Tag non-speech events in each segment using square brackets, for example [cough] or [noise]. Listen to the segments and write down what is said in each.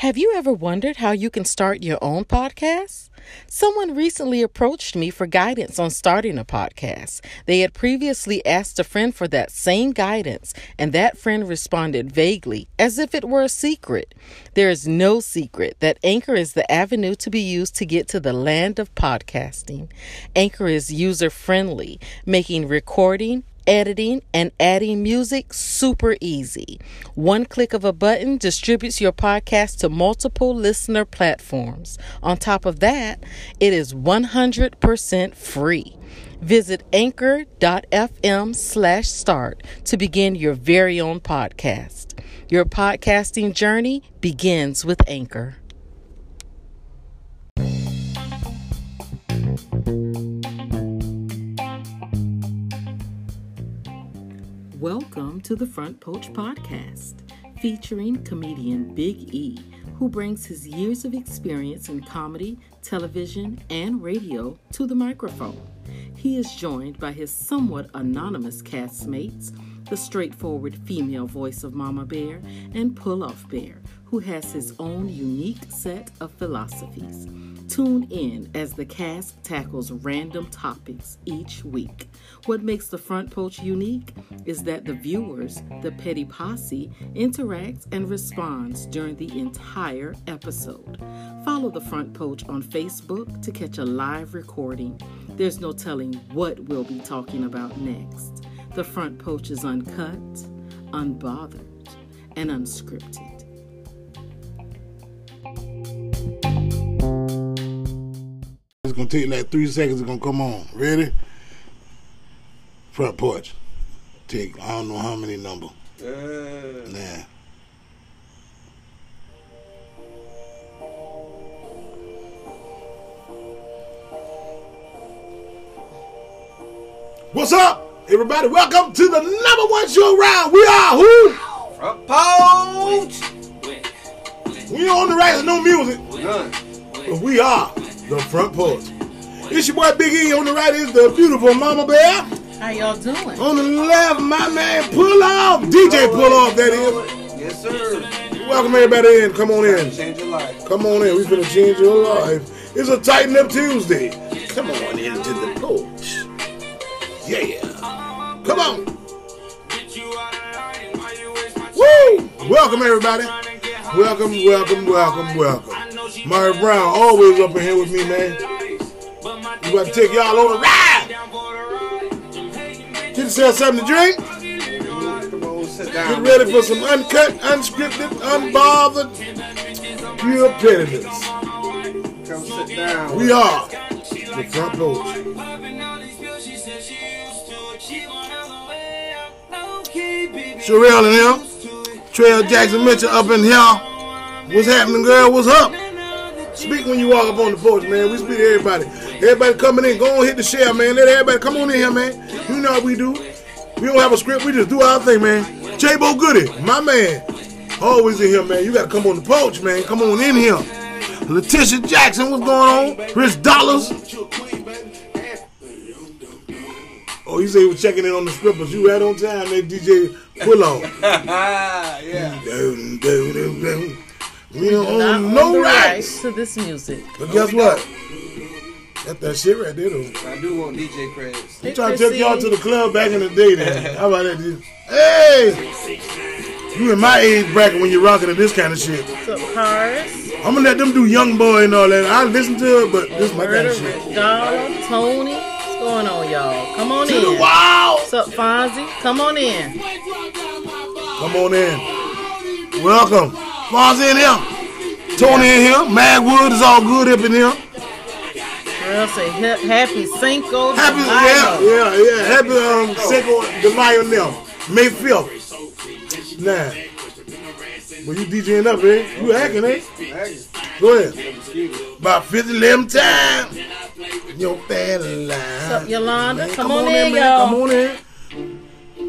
Have you ever wondered how you can start your own podcast? Someone recently approached me for guidance on starting a podcast. They had previously asked a friend for that same guidance, and that friend responded vaguely, as if it were a secret. There is no secret that Anchor is the avenue to be used to get to the land of podcasting. Anchor is user friendly, making recording, editing, and adding music super easy. One click of a button distributes your podcast to multiple listener platforms. On top of that, it is 100% free. Visit anchor.fm slash start to begin your very own podcast. Your podcasting journey begins with Anchor. Welcome to the Front Porch Podcast, featuring comedian Big E, who brings his years of experience in comedy, television, and radio to the microphone. He is joined by his somewhat anonymous castmates, the straightforward female voice of Mama Bear and Pull Off Bear, who has his own unique set of philosophies. Tune in as the cast tackles random topics each week. What makes the front porch unique is that the viewers, the petty posse, interacts and responds during the entire episode. Follow the front porch on Facebook to catch a live recording. There's no telling what we'll be talking about next. The front porch is uncut, unbothered, and unscripted. It's gonna take like three seconds. It's gonna come on. Ready? Front porch. Take I don't know how many number. Uh, Nah. What's up, everybody? Welcome to the number one show around. We are who? front porch. We on the rise, no music. None. But we are the front porch. It's your boy Big E. On the right is the beautiful Mama Bear. How y'all doing? On the left, my man, pull off. DJ pull off, that is. Yes, sir. Welcome everybody in. Come on in. Change your life. Come on in. We finna change your life. It's a Tighten Up Tuesday. Come on in to the porch. Yeah. Come on. Woo! Welcome everybody. Welcome, welcome, welcome, welcome. Murray Brown always up in here with me, man. We about to take y'all on a ride. Get yourself something to drink. Come on, sit Get down. ready for some uncut, unscripted, unbothered, pure pettiness. Come sit down. We are the front porch. Sherelle and him, Trail Jackson Mitchell up in here. What's happening, girl? What's up? Speak when you walk up on the porch, man. We speak to everybody. Everybody coming in, go on hit the share, man. Let everybody come on in here, man. You know how we do. We don't have a script. We just do our thing, man. J. Bo Goody, my man, always in here, man. You gotta come on the porch, man. Come on in here. Letitia Jackson, what's going on? Rich Dollars. Oh, you say you were checking in on the scribbles. You right on time, man. DJ Quillo. [laughs] Ah, [laughs] yeah. we don't own no rights. to this music. But guess what? That that shit right there. Though. I do want DJ Krabs. We trying to take y'all to the club back in the day. [laughs] Then how about that? dude? Hey, you in my age bracket when you're rocking to this kind of shit. Paris, I'm gonna let them do Young Boy and all that. I listen to it, but this my kind Murder, of shit. Rich Dollar, Tony. What's going on, y'all? Come on To the in. wild. What's up, Fonzie? Come on in. Come on in. Welcome. Fonzie in here. Tony in here. Magwood is all good up in here. Girl, say he- happy Cinco de Happy, yeah, Mayo. yeah, yeah. Happy um, Cinco de Mayo now. May 5th. Nah. Well, you DJing up, eh? You acting, eh? Hey, Go ahead. excuse me. About 50 limb time. Your fat line. What's up, Yolanda? Man, Come, on, in, y'all. man. Come on in.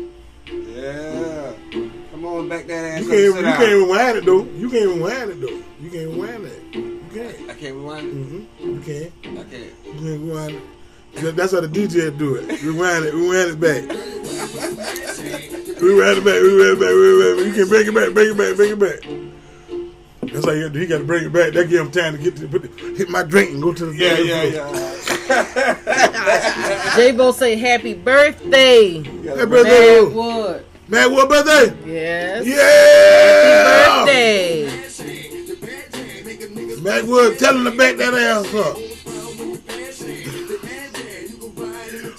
Yeah. Come on, back that ass You up. can't, you sit down. can't even wind it, though. You can't even wind it, though. You can't even wind it. You can't. I can't rewind Mm-hmm. You it. can't. I can't. Rewind it. That- That's how the DJ do it. Rewind it, rewind it back. Rewind it back, rewind it back, rewind it back. You can break it back, break it back, break it back. That's how he, he got to bring it back. That give him time to get to put the, hit my drink and go to the Yeah, yeah, yeah. J Bo say happy birthday. That birthday, Mad was- Wood. man, what birthday? Yes. Yeah, Birthday. Backwood, tell him to back that ass up. [laughs]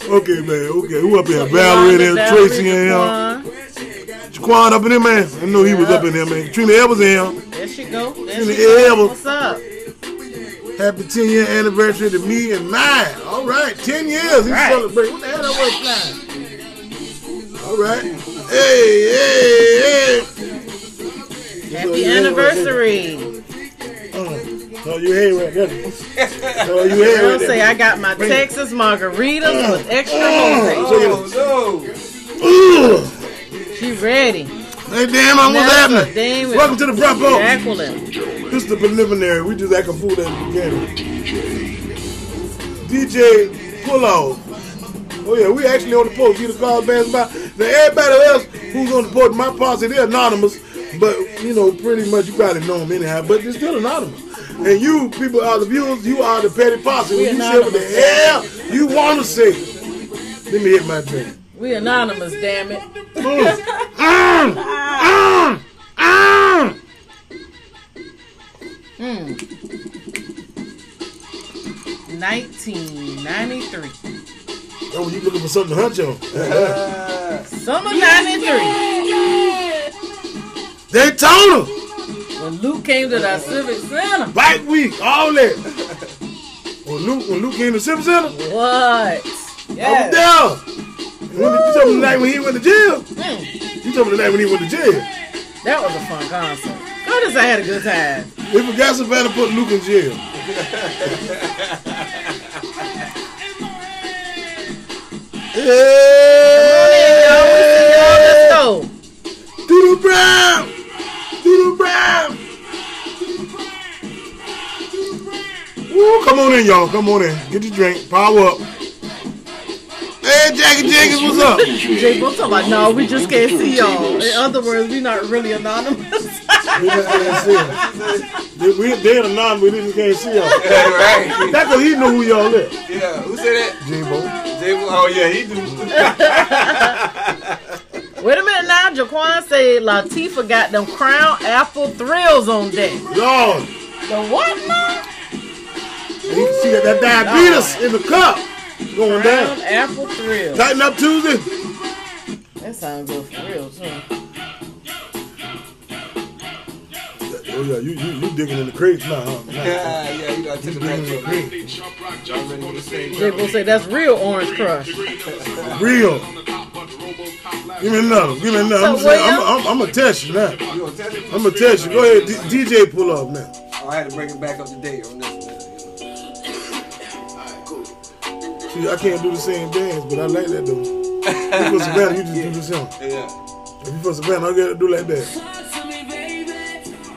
Okay, man. Okay, who up here? Valerie and Yolanda, Tracy and Valerie, him. Quan. Jaquan up in there, man. I know he was up in there, man. Trina Evans and him. There she go. There Trina she go. Evans. What's up? Happy 10 year anniversary to me and mine. All right, 10 years. He's Right. celebrating. What the hell that was flying? All right. Hey, hey, hey. Happy anniversary. Oh, you ain't right there. Oh, you ain't Girl right say there. I got my Texas margaritas with extra Mm. Jose. Oh no! Ugh. She ready. Hey, damn, I'm what's Now, happening? damn it. Welcome to the front porch. Jacqueline. This is the preliminary. We just acting fool at the beginning. DJ Pullo. Oh yeah, we actually on the porch. You the call bands by. Now everybody else who's on the porch, my posse, they're anonymous. But you know, pretty much you probably know them anyhow. But they're still anonymous. And you people are the viewers. You are the petty posse. When you say what the hell you want to say. Let me hit my Mm. drink. We anonymous, damn it. Mm. Nineteen ninety-three. Oh, you looking for something to hunt you on? Summer ninety-three. Daytona, When Luke came to the Civic Center. bike week, all that. when Luke, when Luke came to Civic Center, What? I was Yes. down. And When you told me the night when he went to jail. Mm, You told me the night when he went to jail. that was a fun concert. Goodness, I had a good time. They forgot Savannah put Luke in jail. Let's Hey! go. Doodle Brown! Doodle Brown! Woo, come on in, y'all. Come on in. Get your drink. Power up. Hey, Jackie Jenkins, what's up? Jay Bo talking about, no, we just can't see y'all. In other words, we not really anonymous. We just can't see 'em. They- We, they're anonymous. We just can't see y'all. [laughs] Yeah, right. That's because he know who y'all is. Yeah. Who said that? J-Bo. Jay- Oh yeah, he do. Wait a minute now, Jaquan said Latifah got them crown apple thrills on deck. Lord. The what now? You can see that, that diabetes in the cup going Crown down. apple thrills. Tighten up Tuesday. That sounds good for real too. Oh yeah, you you, you digging in the crates now, huh? Yeah, yeah, you gotta take the back to it. I'm ready to say Jay Bo said that's real orange crush. Real. Give me another. Give me another. I'm, So, saying, William? I'm, I'm, I'm gonna test you now. You gonna tell it? I'm gonna test you. Go ahead, D- DJ, pull up now. Oh, I had to bring it back up to date on this. one, you know. See, I can't do the same dance, but I like that though. If you for Savannah, you just do the song. Yeah. If you for Savannah, I gotta do like that.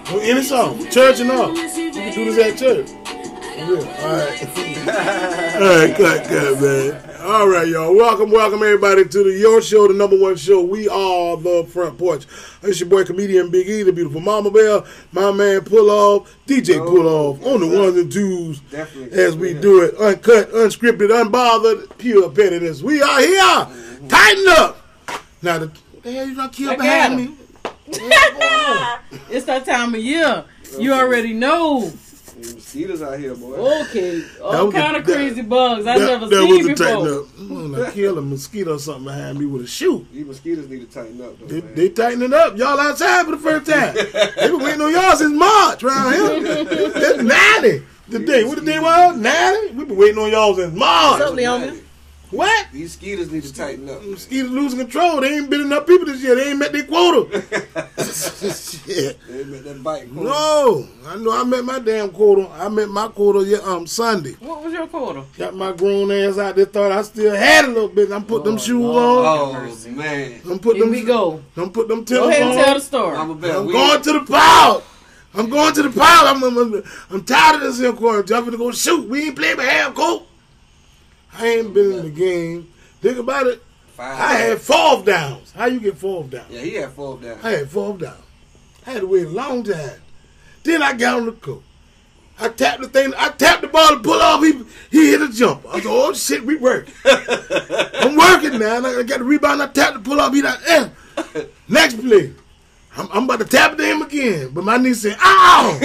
Well, Any song, church and all. You can do this at church. Yeah. All right. All right, cut, cut, man. All right, y'all. Welcome, welcome everybody to the Your Show, the number one show. We are the front porch. It's your boy comedian Big E, the beautiful Mama Bell, my man Pull Off, DJ Pull Off, on the ones and twos. Definitely. As we do it, uncut, unscripted, unbothered, pure pettiness. We are here. Tighten up. Now, the, what the hell you gonna kill Look behind at me? him. It's that time of year. You already know. Mosquitoes out here, boy. Oh, Okay, That all was a- kind of that- crazy bugs I never that seen was a tighten before. up. I'm gonna kill a mosquito or something behind me with a shoe. These mosquitoes need to tighten up, though, They, man. they tightening up. Y'all outside for the first time. they been waiting on y'all since March around here. It's 90 today. What the day was? 90? we been waiting on y'all since What's up, March. Leona? What? These mosquitoes need to tighten up. man. Mosquitoes losing control. They ain't been enough people this year. They ain't met their quota. Shit. They make that bite. cold. No, I know I met my damn quota. I met my quota yeah, um Sunday. What was your quarter? Got my grown ass out there. Thought I still had a little bit. I'm put them shoes on. Oh man, I'm put Here them. we go. I'm put them Go ahead tips and on. tell the story. I'm a I'm Oh, bell. We, going to the pile. I'm going to the pile. I'm, I'm, I'm, I'm tired of this here quarantine. I'm gonna go shoot. We ain't playing by half court. I ain't been in the game. Think about it. five. I had fourth downs. How you get fourth down? Yeah, he had four down. I had fourth down. I had to wait a long time. Then I got on the court. I tapped the thing. I tapped the ball to pull off. He he hit a jump. I was like, oh shit, we work. I'm working now. And I got the rebound. I tapped to pull off. He like, eh. Next play, I'm, I'm about to tap it to him again. But my knee said, ow.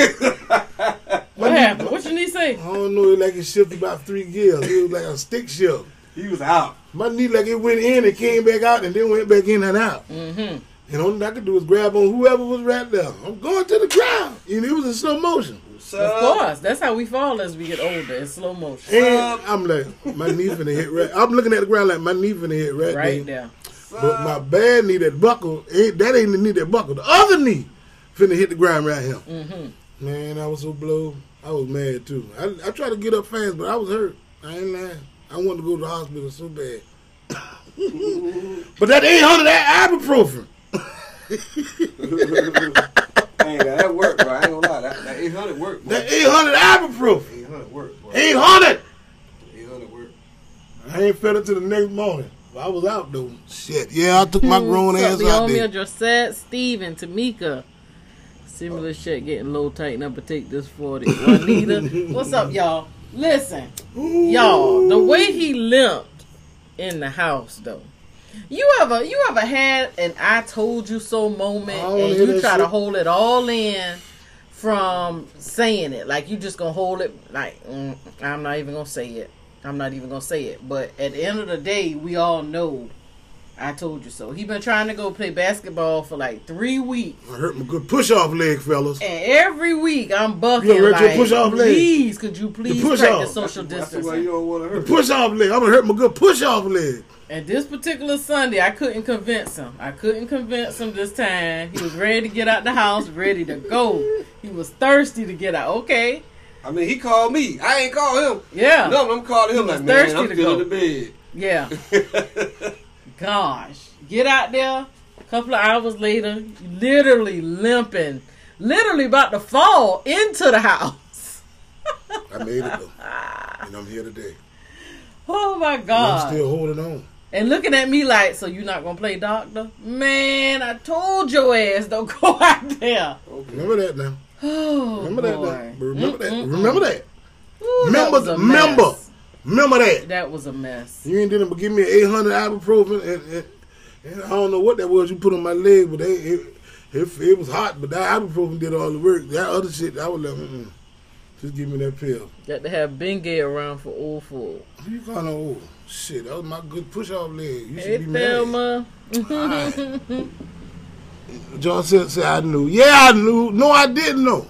What happened? What you need to say? I don't know. It like it shifted about three gears. It was like a stick shift. He was out. My knee like it went in and came back out and then went back in and out. Mm-hmm. And all I could do was grab on whoever was right there. I'm going to the ground. And it was in slow motion. So, Of course. That's how we fall as we get older in slow motion. And I'm like, my knee finna hit right. I'm looking at the ground like my knee finna hit right, Right there. there. But my bad knee that buckled, ain't, that ain't the knee that buckled. The other knee finna hit the ground right here. Mm-hmm. Man, I was so blowed. I was mad too. I, I tried to get up fast, but I was hurt. I ain't lying. I wanted to go to the hospital so bad. [coughs] but that 800, that ibuprofen. [laughs] Hey, now, that worked, bro. I ain't gonna lie. That, that 800 worked, bro. That 800 ibuprofen. 800 worked, bro. 800. 800 worked. I ain't fed it to the next morning. I was out though. Shit, yeah, I took my grown What's ass up, out Leomia, there. Josette, Steve, and Tamika. Similar shit getting low, tighten up, and take this 40. Juanita. What's up, y'all? Listen, y'all, the way he limped in the house, though. You ever you ever had an I told you so moment I don't wanna and hear you that try to shit. hold it all in from saying it? Like you just gonna hold it like mm, I'm not even gonna say it. I'm not even gonna say it. But at the end of the day, we all know I told you so. He been trying to go play basketball for like three weeks, I hurt my good push off leg, fellas. and every week I'm bucking You hurt your like, push-off leg. please, could you please push-off. practice social That's why you distancing? don't want to hurt. Push off leg. I'm gonna hurt my good push off leg. And this particular Sunday, I couldn't convince him. I couldn't convince him this time. He was ready to get out the house, ready to go. He was thirsty to get out. Okay, I mean, he called me. I ain't called him. yeah, No, I'm calling him Oh. was like, man, thirsty I'm to still go. in the [laughs] yeah. bed. Gosh, get out there. A couple of hours later, literally limping, literally about to fall into the house. [laughs] I made it though. and I'm here today. Oh my And God. I'm still holding on. and looking at me like, so you not gonna play doctor? Man, I told your ass don't [laughs] go out there. Remember that now. Oh, Remember that now. boy. But Remember that. Mm-mm-mm. Remember that. Ooh, that Remember was a that. mess. Remember. Remember that. That was a mess. You ain't did it but give me an 800 ibuprofen and, and, and I don't know what that was you put on my leg, but they, it, it, it was hot, but that ibuprofen did all the work. That other shit, I was like, mm just give me that pill. Got to have Bengay around for old fool. Who you calling old? Shit, that was my good push off leg. You should Hey be mad. Thelma, John said, said, I knew. Yeah, I knew. No, I didn't know.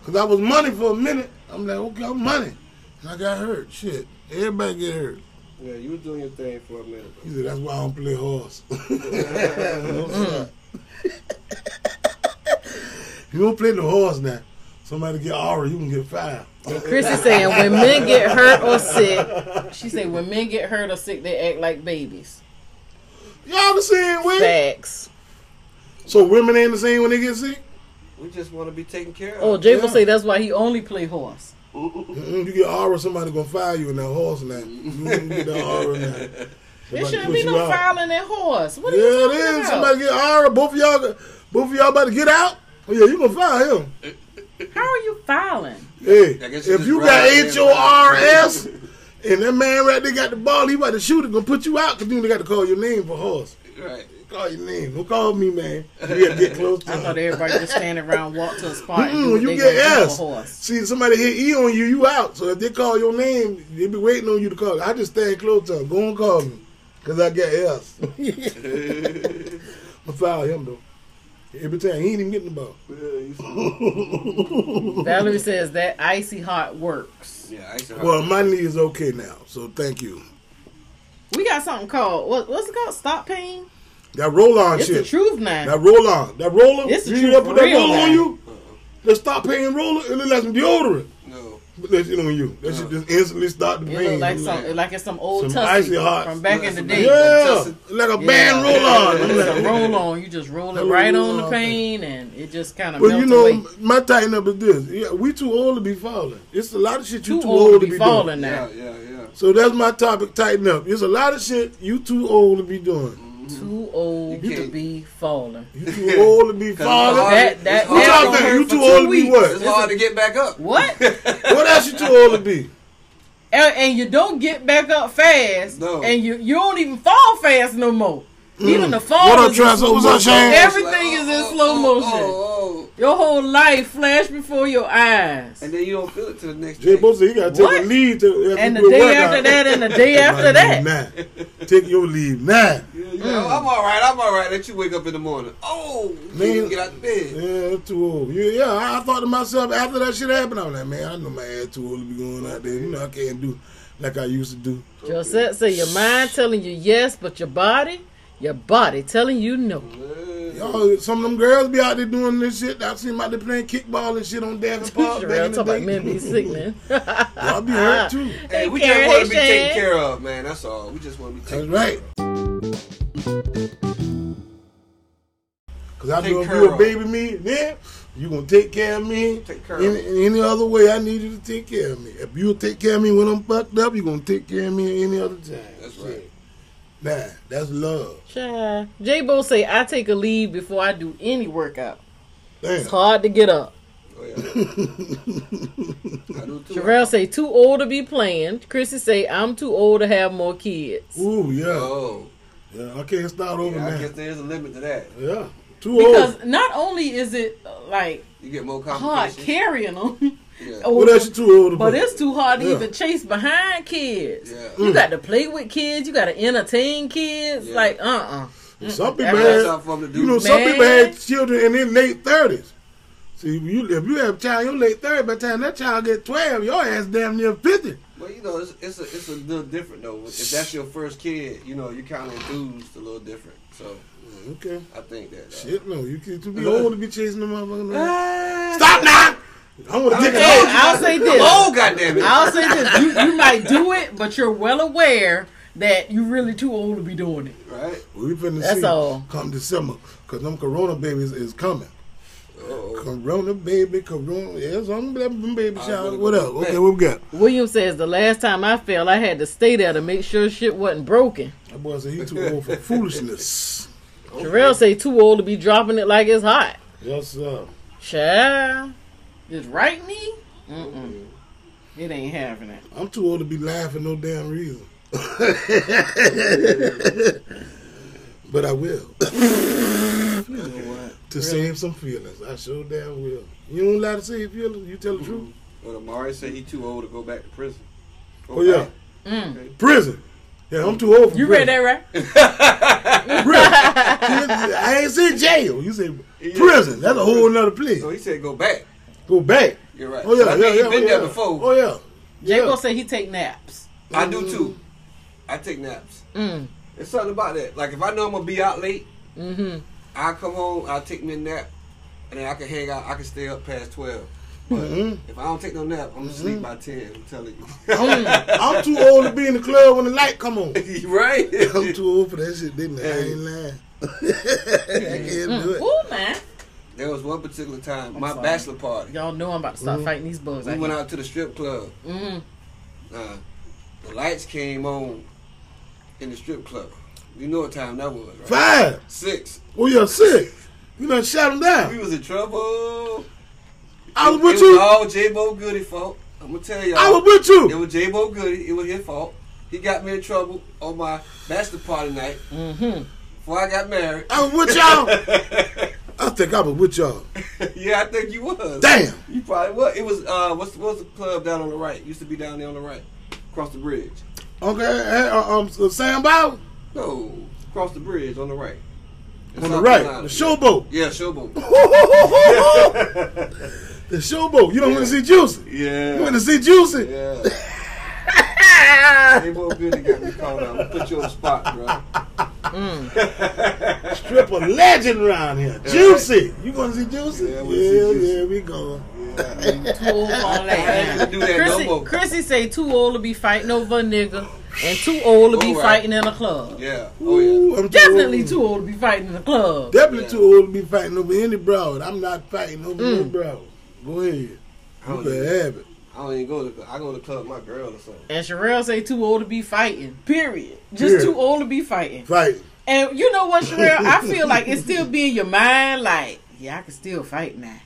Because I was money for a minute. I'm like, okay, I'm money. And I got hurt. Shit. Everybody get hurt. yeah, you was doing your thing for a minute. He said, that's why I don't play horse. [laughs] No, sir. you don't play the horse now. Somebody get aura, you can get fired. Chris is saying when men get hurt or sick, she said when men get hurt or sick, they act like babies. Y'all the same way? Facts. So women ain't the same when they get sick? [laughs] We just want to be taken care Oh, of. Jay will Yeah. say that's why he only play horse. Mm-mm, you get aura, somebody gonna fire you in that horse now. You can get the aura now. [laughs] There Somebody shouldn't push be you no out. filing that [laughs] horse. What are Yeah, you it talking is. about? Somebody get aura. Both of y'all, got- both of y'all about to get out. Oh, yeah, you gonna fire him. How are you filing? Hey, I guess you if just you ride got it in. H O R S and that man right there got the ball, he about to shoot it, gonna put you out because you ain't got to call your name for horse. Right. Call your name. Don't call me, man. You gotta get close to I thought him. everybody just standing around, walk to a spot, and Mm-mm, do what when Mm-hmm, you they gonna get do for S, horse. see somebody hit E on you, you out. So if they call your name, they be waiting on you to call. I just stand close to him. Go and call me, cause I got [laughs] S. I foul him though. Every time he ain't even getting the [laughs] ball. Valerie says that icy hot works. yeah, I used to Well, my knee is okay now, so thank you. We got something called what, what's it called? Stop pain. That roll on It's the shit. truth now. That roll on. That roller. It's the you truth ever put for that real, roller on man. you? Just stop paying roller and then that's some deodorant. no. But that shit on you. That Uh. shit just instantly start the It pain. look like some, like it's some old Some tussie icy hot. from [laughs] back in the day. yeah, like a band Yeah. roll on. I'm [laughs] It's like, a roll on. You just roll it That right roll on the on pain, and it just kind of Well, you melts know, away. my tighten up is this. Yeah, we too old to be falling. It's a lot of shit you Too old to be doing. falling now. Yeah, yeah, yeah. So that's my topic, tighten up. It's a lot of shit you too old to be doing. Too old You to can't- be falling. You [laughs] too old to be father. That- that- it's that- What y'all hard, think? You for too two old to be weeks. what? it's hard to get back up. What? [laughs] and, [laughs] What else you too old to be? and you don't get back up fast. No. And you you don't even fall fast no more. Even the fall What up, is in Travis? slow What's up, motion. Shane? Everything It's is like, in oh, slow oh, motion. oh, oh, oh. Your whole life flash before your eyes. And then you don't feel it till the next Jay day. Bosa, he got to take What? a leave. To, if And he the quit day working. after that, and the day after Like, that. Nah. Take your leave now. Yeah, you know, I'm all right. I'm all right. Let you wake up in the morning. Oh, Man. you get out of bed. Yeah, I'm too old. Yeah, yeah. I, I thought to myself after that shit happened, I was like, man, I know my ass too old to be going out there. You know, I can't do like I used to do. Josette said your mind telling you yes, but your body, your body telling you no. Y'all, some of them girls be out there doing this shit. I seen them out there playing kickball and shit on [laughs] Davenport Sherelle, back in talk the day. about men be sick, man. [laughs] Y'all be hurt too. [laughs] Hey, we Karen, just want to be hey, Shane. taken care of, man. That's all. We just want to That's be taken right. Cause I Take know if care you a of. baby me, then you gonna take care of me. Take care in, of. in any other way, I need you to take care of me. If you take care of me when I'm fucked up, you gonna take care of me any other time. That's Shit. right. Nah, that's love. Child. J Bo say I take a leave before I do any workout. Damn. It's hard to get up. Oh, [laughs] yeah. I do too. Sherelle say too old to be playing. Chrissy say I'm too old to have more kids. Ooh, yeah. Oh, yeah. I can't start over yeah, I now. guess there is a limit to that. Yeah. Too Because old. not only is it uh, like You get more hard complications. carrying [laughs] them, Yeah. or- What else you too old to but be? it's too hard to Yeah. even chase behind kids. Yeah. You got to play with kids. You got to entertain kids. Yeah. Like uh uh Some people That's had, not something to do. you know, some Man. people had children in their late thirties. See, you, if you have a child in your late thirties, by the time that child get twelve, your ass damn near fifty. Well, you know, it's, it's a it's a little different though. If that's your first kid, you know, you kind of enthused a little different. So Okay. I think that. uh, Shit, no, you can too be old to be chasing the motherfucker. Ah. around. Stop now! I want to take it Okay. And I'll say this. Oh goddamn it! I'll say this. You, you might do it, but you're well aware that you're really too old to be doing it. right? We finna That's see all. come December, cause them Corona babies is coming. Oh, Corona baby, Corona, yes, I'm them baby I shower. wanna What go up? back. Okay, what we got? William says the last time I fell, I had to stay there to make sure shit wasn't broken. That boy said he too old for foolishness. Jarrell say too old to be dropping it like it's hot. [laughs] Yes, sir. Child, this right knee? Mm-mm. It ain't happening. I'm too old to be lying for no damn [laughs] reason. but I will. [laughs] to save some feelings. I sure damn will. You don't lie to save feelings. You tell the truth. well, Amari said he too old to go back to prison. Oh, yeah. Prison. Yeah, I'm too old for You read prison. [laughs] that right? Prison. [laughs] I ain't said jail. You said prison. That's a whole nother place. So he said go back. Go back. You're right. Oh, yeah. I yeah, mean, yeah, he been oh, there yeah. before. Oh, yeah. Jago Yeah. say he take naps. I do too. I take naps. Mm. It's something about that. Like if I know I'm gonna be out late, Mm-hmm. I come home, I take me a nap, and then I can hang out. I can stay up past twelve. Mhm. If I don't take no nap, I'm gonna Mm-hmm. sleep by ten. I'm telling Mm. I'm too old to be in the club when the light come on. you. [laughs] [laughs] right? I'm too old for that shit, didn't I? I ain't [laughs] lying. I can't do it. Ooh, man. There was one particular time, my sorry. bachelor party. Y'all know I'm about to start fighting these bugs. Mm-hmm. We out went here. out to the strip club. Mhm. Uh, the lights came on in the strip club. You know what time that was, right? Five. Six. Well, you're sick. You done shut him We down. was in trouble. I was It- with it was you. all J Bo Goody fault. I'm gonna tell y'all. I was with It you. was J Bo Goody. It was his fault. He got me in trouble on my bachelor party night before I got married. [laughs] I was with y'all. I think I was with y'all. yeah, I think you was. Damn. You probably was. It was uh, what's what's the club down on the right? Used to be down there on the right, across the bridge. Okay, hey, uh, um, so Sam Bow No, across the bridge on the right. In on the South right, Carolina. the [laughs] showboat. Yeah, showboat. the showboat. You don't want to see Juicy. [laughs] You want Yeah. to see Juicy. Yeah. They both good. They got me called out. I'm gonna put you on the spot, bro. Triple legend around here. Juicy. You going to see Juicy? Yeah, I Yeah, wanna see Juicy. yeah, we going. [laughs] Too old for all that. do that no Chrissy, more. Chrissy say too old to be fighting over a nigga and too old to be All right. fighting in a club. Yeah. Oh yeah. I'm too Definitely old. too old to be fighting in a club. Definitely too old to be fighting over any broad. I'm not fighting over no broad. Go ahead. I You don't, can even, have it. I don't even go to the club. I go to the club with my girl or something. And Sherelle say too old to be fighting. Period. Just Period. too old to be fighting. Fighting. And you know what, Sherelle? I feel like it still be in your mind, like, yeah, I can still fight now.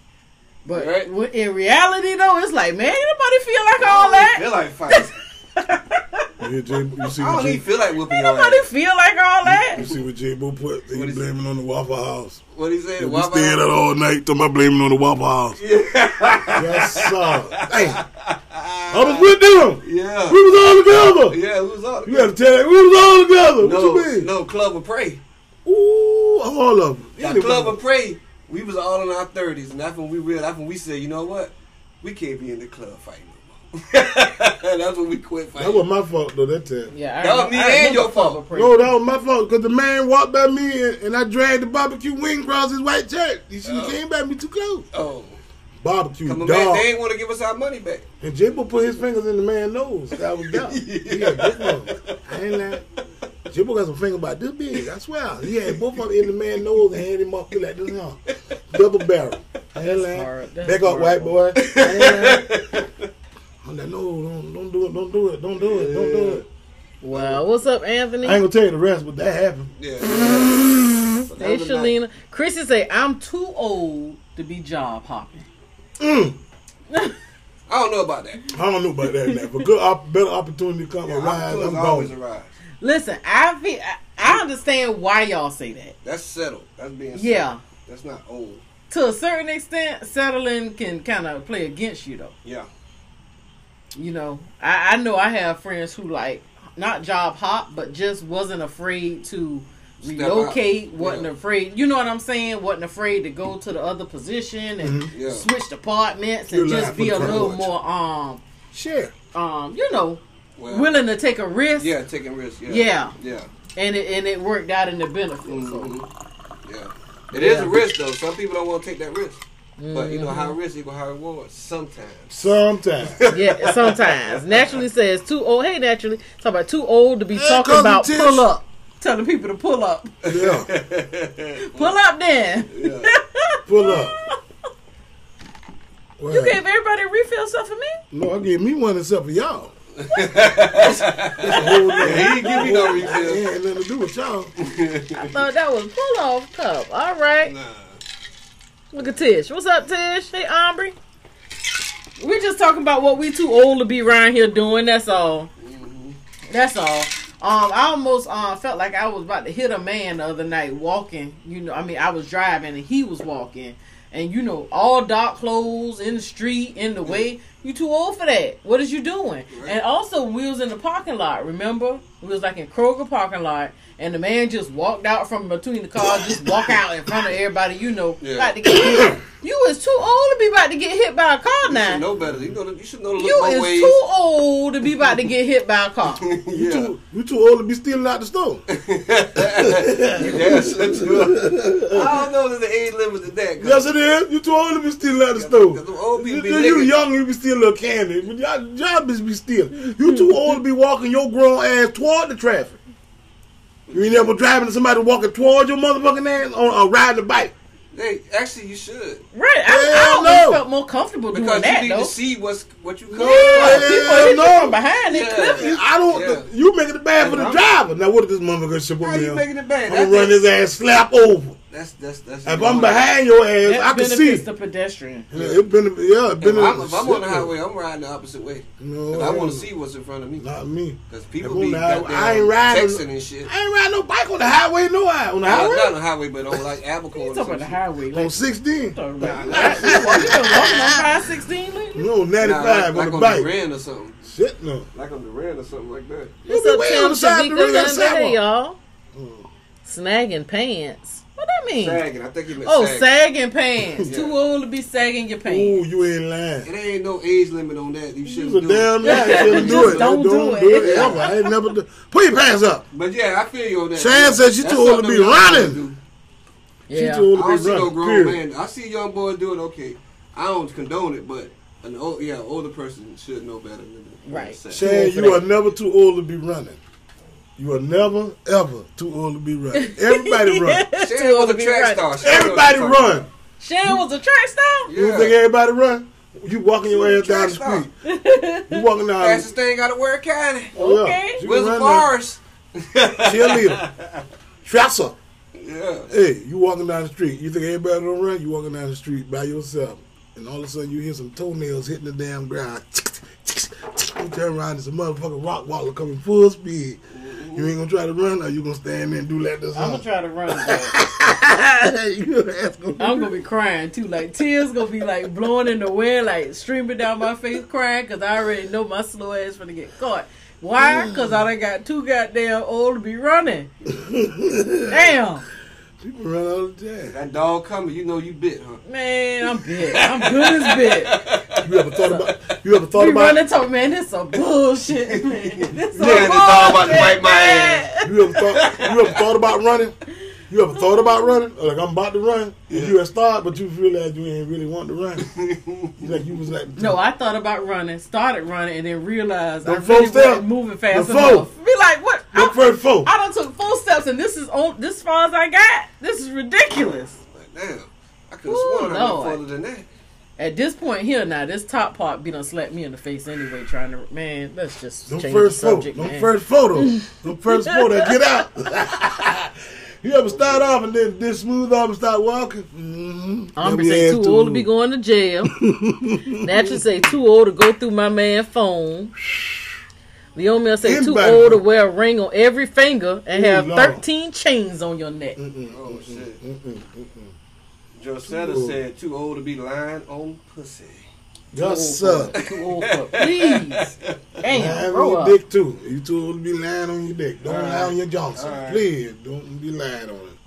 But Right. when- in reality, though, it's like, man, ain't nobody feel like all I that. don't even feel like fighting. Yeah, Jay, you see I what don't Jay, even feel like whooping Ain't your ass. nobody feel like all that. you see what Jay Boo put? He What is blaming on the Waffle House. What he said? We Why stayed up all night, talking about blaming on the Waffle House. yes, sir. [laughs] Hey, I was with them. Yeah. We was all together. Yeah, who's up? You gotta tell that we was all together. no, what you mean? no, Club of Prey. Ooh, I'm all of them. Now, Club of Prey, we was all in our 30s, and that's when we real. that's when we said, you know what? We can't be in the club fighting no more. [laughs] that's when we quit That fighting. was my fault though. That time. Yeah, I That was remem- me I and remember your fault. Papa Prince. No, that was my fault because the man walked by me and, and I dragged the barbecue wing across his white shirt. He should have Oh. came by me too close. oh. Barbecue Come on, dog. man, they ain't want to give us our money back. And Jimbo put his fingers in the man's nose. That was [laughs] done. He got both of them. I ain't lying. Jimbo got some finger about this big. I swear. He had both of them in the man's nose and had him up like this. Huh? Double barrel. I ain't lying. hard. That's Back up, white boy. horrible. I ain't lying. [laughs] I'm like, no, don't, don't do it. Don't do it. Don't do it. Don't do it. Wow, what's up, Anthony? I ain't going to tell you the rest, but that happened. Yeah. So that Hey, was a night. Shalina. Chrissy say, I'm too old to be job hopping. I don't know about that. I don't know about that now, but good, op- better opportunity to come Yeah, around. I'm opportunities always going. arise. Listen, I feel, I, I understand why y'all say that. That's settled. That's being settled. Yeah. That's not old. To a certain extent, settling can kind of play against you, though. Yeah. You know, I, I know I have friends who, like, not job hop, but just wasn't afraid to Step out. relocate, wasn't Yeah. afraid, you know what I'm saying? Wasn't afraid to go to the other position and Yeah. switch departments You're and lying just for be the a little privilege. more, um, Share. um, you know, Well, willing to take a risk. Yeah, taking risks. Yeah. Yeah. Yeah. and it and it worked out in the benefit. So Mm-hmm. Mhm. Yeah. It is Yeah. a risk though. Some people don't want to take that risk. But you know, high risk equal high [laughs] reward sometimes. [laughs] Sometimes. [laughs] yeah, sometimes naturally says too old. Hey, naturally talk about too old to be Hey, talking Cousin about Tish. pull up, telling people to pull up, yeah. pull up. Then Yeah. Pull up. Well, you gave everybody a refill stuff for me. [laughs] No, I gave me one except for y'all. That's the whole thing. he ain't give me no refill. Yeah, ain't nothing to do with y'all. I thought Uh, that was pull off cup. All right, Nah. look at Tish. What's up, Tish? Hey, Ombre. We're just talking about what we too old to be around here doing. That's all. That's all. Um, I almost uh, felt like I was about to hit a man the other night walking. You know, I mean, I was driving and he was walking, and you know, all dark clothes in the street in the way. You too old for that. What is you doing? And also, we was in the parking lot. Remember, we was like in Kroger parking lot, and the man just walked out from between the cars, just walk out in front of everybody. You know, Yeah. about to get hit. You was too old to be about to get hit by a car You now. should know better. You know you should know to look Uh. You both is ways. too old to be about to get hit by [laughs] a car. You, yeah. too, you too old to be stealing out the store. [laughs] yeah, slips you up. I don't know that the age limit to that. 'cause yes, it is. You too old to be stealing out the Cause them store. old You, people be you- you niggas. young, you be stealing little candy. But y'all, y'all bitches be stealing. You Hmm. too old to be walking your grown ass toward the traffic. You ain't ever driving to somebody walking toward your motherfucking ass on or riding a bike. They actually you should Right. I, I Hell always no. felt more comfortable doing because you that need though. to see what's what you come. yeah, from. Hell people hit no. you from behind it. Yeah. clearly. I don't. Yeah. You making it bad for the I'm- driver. Now what if this motherfucker shit with How me? you making it bad? I'm gonna That's run his ass slap over. That's that's that's. If I'm behind your ass, That I can see. benefits the pedestrian. Yeah, it been, yeah, it been. If I'm, if I'm on the highway, I'm riding the opposite way. No, 'Cause I want to hell. see what's in front of me. Not me. Because If people I'm be on the highway, goddamn I ain't riding- texting and shit. I ain't ride no bike on the highway, no I on the Not, not on highway. the highway, but [laughs] on like Abaco You or talking about something. the highway? Like, On 16, talking about [laughs] like, you walking you been walking on five sixteen lately? no 95 like, on the like on bike. the Ren or something. Shit, no. Like on the Ren or something like that. What's be up, way Tim on the side of the Shavika road, London? Hey, sidewalk. y'all. Mm. Snagging pants. What that mean? Sagging. I think he meant Oh, sagging. sagging pants. Yeah. Too old to be sagging your pants. Ooh, you ain't lying. It ain't no age limit on that. You You shouldn't was a do damn it. [laughs] lie. You shouldn't do Just it. don't do it. ever. I ain't never do. Put your pants up. But yeah, I feel you on that. Shan said she That's too old to something be them young running. boys do. She too old I to be don't see no running. grown period. man. I see young boys doing okay. I don't condone it, but an old, yeah, older person should know better than that. Right. Shan, you are never too old to be running. You are never, ever too old to be running. [laughs] Everybody run. Shan was old a to be track running. star. She Everybody know what I'm run. Shan was a track star. talking You about. think Yeah. everybody run? You walking your ass down the Track street. You walking down. Fastest thing out of Ware County. Oh, yeah. Okay. She Where's can run the now. forest? [laughs] Cheerleader. Trapper. Yeah. Hey, you walking down the street. You think everybody don't run? You walking down the street by yourself, and all of a sudden you hear some toenails hitting the damn ground. You turn around, it's a motherfucking rock waller coming full speed. You ain't gonna try to run, or you gonna stand there and do like this? I'm gonna try [laughs] to run. back. try. you gonna ask them. I'm gonna be crying too. Like tears gonna be like blowing in the wind, like streaming down my face, crying because I already know my slow ass gonna get caught. Why? Because I done got too goddamn old to be running. Damn, People run all the time. That dog coming, you know you bit, huh? man, I'm bit. I'm good [laughs] as bit. You ever thought about? You ever thought We about? running talk, man. This some [laughs] bullshit, man. This some Nigga, this dog about to bullshit, wipe my man. ass. You ever thought? You ever thought about running? You ever thought about running? Like I'm about to run, and you had started, but you realized you ain't really want to [laughs] run. You like you was like No, I thought about running, started running, and then realized I The four really step. wasn't moving fast The four. enough. Be like, what? the I, first four. I done took full steps, and this is on, this far as I got. This is ridiculous. Like, damn, I could Ooh, have sworn I went Lord. further than that. At this point here now, this top part be done slapped me in the face anyway. Trying to man, let's just Them change first the subject, photo. Them man. first photo. Them first photo. Get out. [laughs] you ever start off and then, then smooth off and start walking? Mm-hmm. I'm gonna say too old to be going [laughs] to jail. Natural say too old to go through my man phone. Leomel say too Anybody. old to wear a ring on every finger and Ooh, have Lord. Mm-hmm. 13 chains on your neck. Oh shit. Josetta said, "Too old to be lying on pussy." Yes, sir. Too old [laughs] for please. Damn, Lying grow on up. your dick too. You too old to be lying on your dick. Don't lie right. on your Johnson. All right. Please don't be lying on it.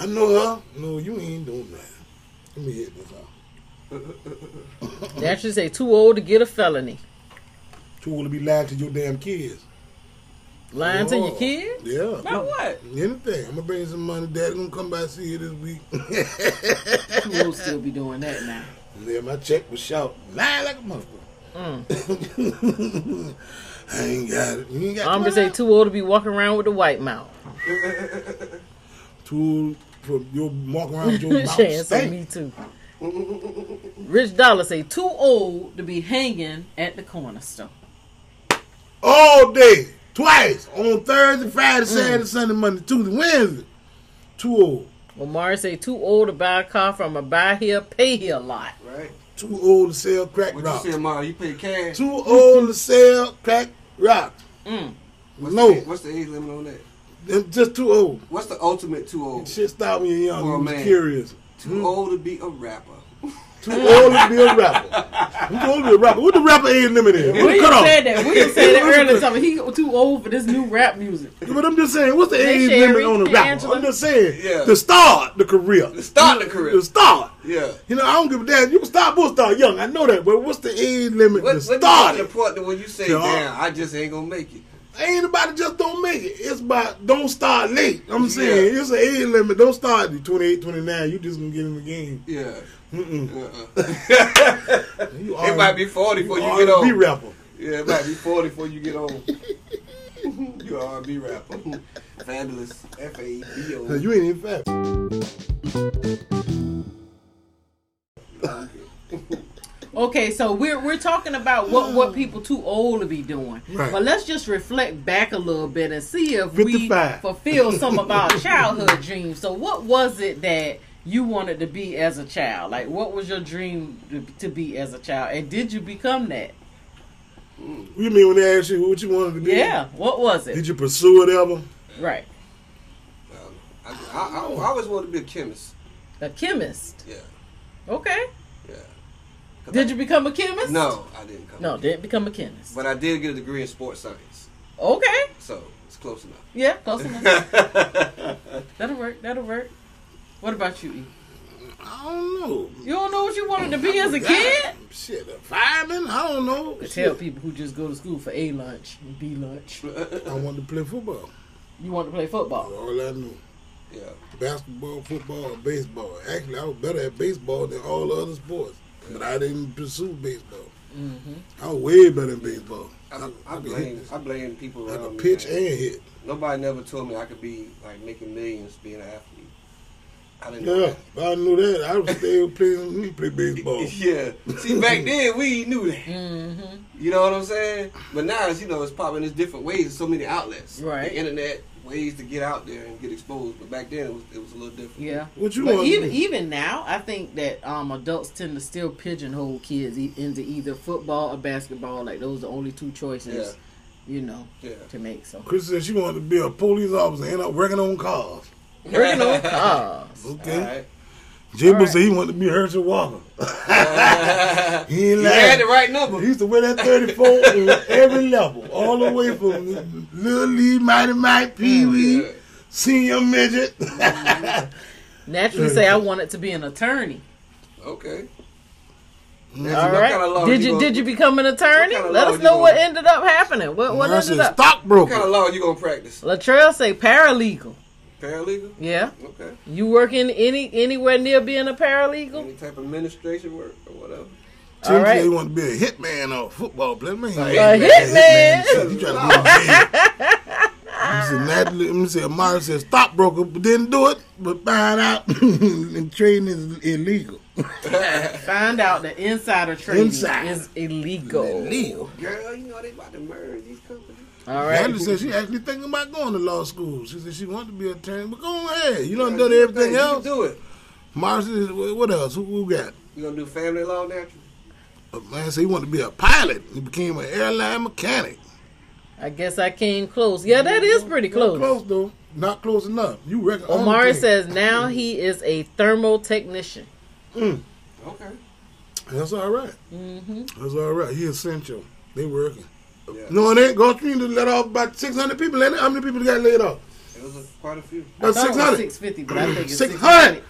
I know her. No, you ain't doing that. Let me hit this off. Natural say too old to get a felony. Too old to be lying to your damn kids. Lying to your Oh. kid? Yeah. About what? Anything. I'm gonna bring you some money. Daddy gonna come by and see you this week. [laughs] Too old still be doing that now. Yeah, my check was short. Lie like a motherfucker. [laughs] I ain't got it. You ain't got I'm gonna it. say too old to be walking around with a white mouth. Tool from your walk around with your mouth. Chance say me stink. too. Rich Dollar say too old to be hanging at the corner store. All day. Twice. On Thursday, Friday, Saturday, Sunday, Monday, Tuesday, Wednesday. Too old. Omar say too old to buy a car from a buy here, pay here lot. Right? Too old to sell crack What rock. you said, Mom? You pay cash. Too old to sell crack rock. Mm. What's no. The, what's the age limit on that? Them just too old. What's the ultimate too old? Shit Hmm. stopped me young. Poor you was man. curious. Too old to be a rapper. Too old to be a [laughs] rapper. Too old to be a rapper. What the rapper age limit is? What We the done cutoff? said that. We done said that earlier. Something he too old for this new rap music. But I'm just saying, what's the They age limit Sherry, on a they rapper? Angela. I'm just saying, Yeah. to start the career. To start the career. To start. Yeah. You know, I don't give a damn. You can start, bull start young. I know that. But what's the age limit What, to let me get start? to the it? point to where you say, Yeah. "Damn, I just ain't gonna make it." Ain't nobody just don't make it. It's about don't start late. I'm saying it's an age limit. Don't start at 28, 29. You just gonna get in the game. Yeah. Mm-mm. Uh-uh. You it might be forty before you get Be old. rapper. Yeah, it might be 40 before you get on. [laughs] you a R&B rapper. [laughs] Fabulous. F-A-B-O. You ain't even fat. Okay, so we're we're talking about what what people too old to be doing. Hmm. Right. But let's just reflect back a little bit and see if we 55. fulfill some [laughs] of our childhood dreams. So what was it that you wanted to be as a child? Like what was your dream to, to be as a child, and did you become that? You mean when they ask you what you wanted to be? Yeah, what was it? Did you pursue it ever? Right, Um, I, I, I, I always wanted to be a chemist. a chemist. Yeah, Okay. yeah. 'Cause Did I- you become a chemist? No, I didn't come. No, didn't become a chemist. But I did get a degree in sports science, Okay. so it's close enough. Yeah, close enough. [laughs] That'll work. That'll work. What about you? E? I don't know. You don't know what you wanted to be as Oh a kid? Shit, a fireman? I don't know. I Shit. tell people who just go to school for A lunch and B lunch. I wanted to play football. You want to play football. All I knew. Yeah, Basketball, football, and baseball. Actually, I was better at baseball than all the other sports. But I didn't pursue baseball. I was way better at baseball. Mm-hmm. I, I could blame hit- I blame people I around could me, pitch eh? man. and hit. Nobody never told me I could be like making millions being an athlete. I didn't know. Yeah, if I knew that, I would still play, mm, play baseball. that. [laughs] Yeah. See, [laughs] back then we knew that. Mm-hmm. You know what I'm saying? But now, it's, you know, it's popping. There's different ways. There's so many outlets. Right. The internet, ways to get out there and get exposed. But back then, it was, it was a little different. Yeah. What you But want? even even now, I think that um, adults tend to still pigeonhole kids e- into either football or basketball. Like those are the only two choices, you know, Yeah. to make. So Chris said she wanted to be a police officer and end up working on cars. working [laughs] on cars. Okay. All right. Jimbo All right. said he wanted to be Herschel Walker. [laughs] he ain't You had lying. the right He number. used to wear that 34 on every level, all the way from Little Lee, Mighty Mike, Pee Wee, Yeah. Senior Midget. [laughs] Naturally, say I wanted to be an attorney. Okay. All right. did you did you become an attorney? kind of Let law us you know what gonna- ended up happening. What what Now, I ended said, up? What kind stockbroker. of law you gonna practice? Latrell say paralegal. Paralegal. Yeah, Okay. you work in any anywhere near being a paralegal? Any type of administration work or whatever. Tim All said right. he wanted to be a hitman or a football player. Man, he A ain't hitman. shit. He trying to go to jail. He [laughs] said, Natalie, let me say, Amari said stockbroker, but didn't do it, but found out [laughs] and trading is illegal. Find out that insider trading Inside. is illegal. Illegal. Girl, you know they about to merge these companies. All right. Natalie said she actually thinking about going to law school. She said she wanted to be an attorney, but go ahead. You done done everything you else. can do it. Amari said, "Wha- what else? Who, who got? You gonna do family law naturally? A man said he wanted to be a pilot. He became an airline mechanic. I guess I came close. Yeah, that is pretty close. Close though, not close enough. You reckon? Omari everything. says now he is a thermal technician. Okay. That's all right. Mm-hmm. That's all right. He essential. They working. Yeah. No, it ain't. Gulf Stream just let off about 600 people. ain't it? How many people got laid off? It was a, quite a few. About I thought it was 600. 650, but I think it's 600.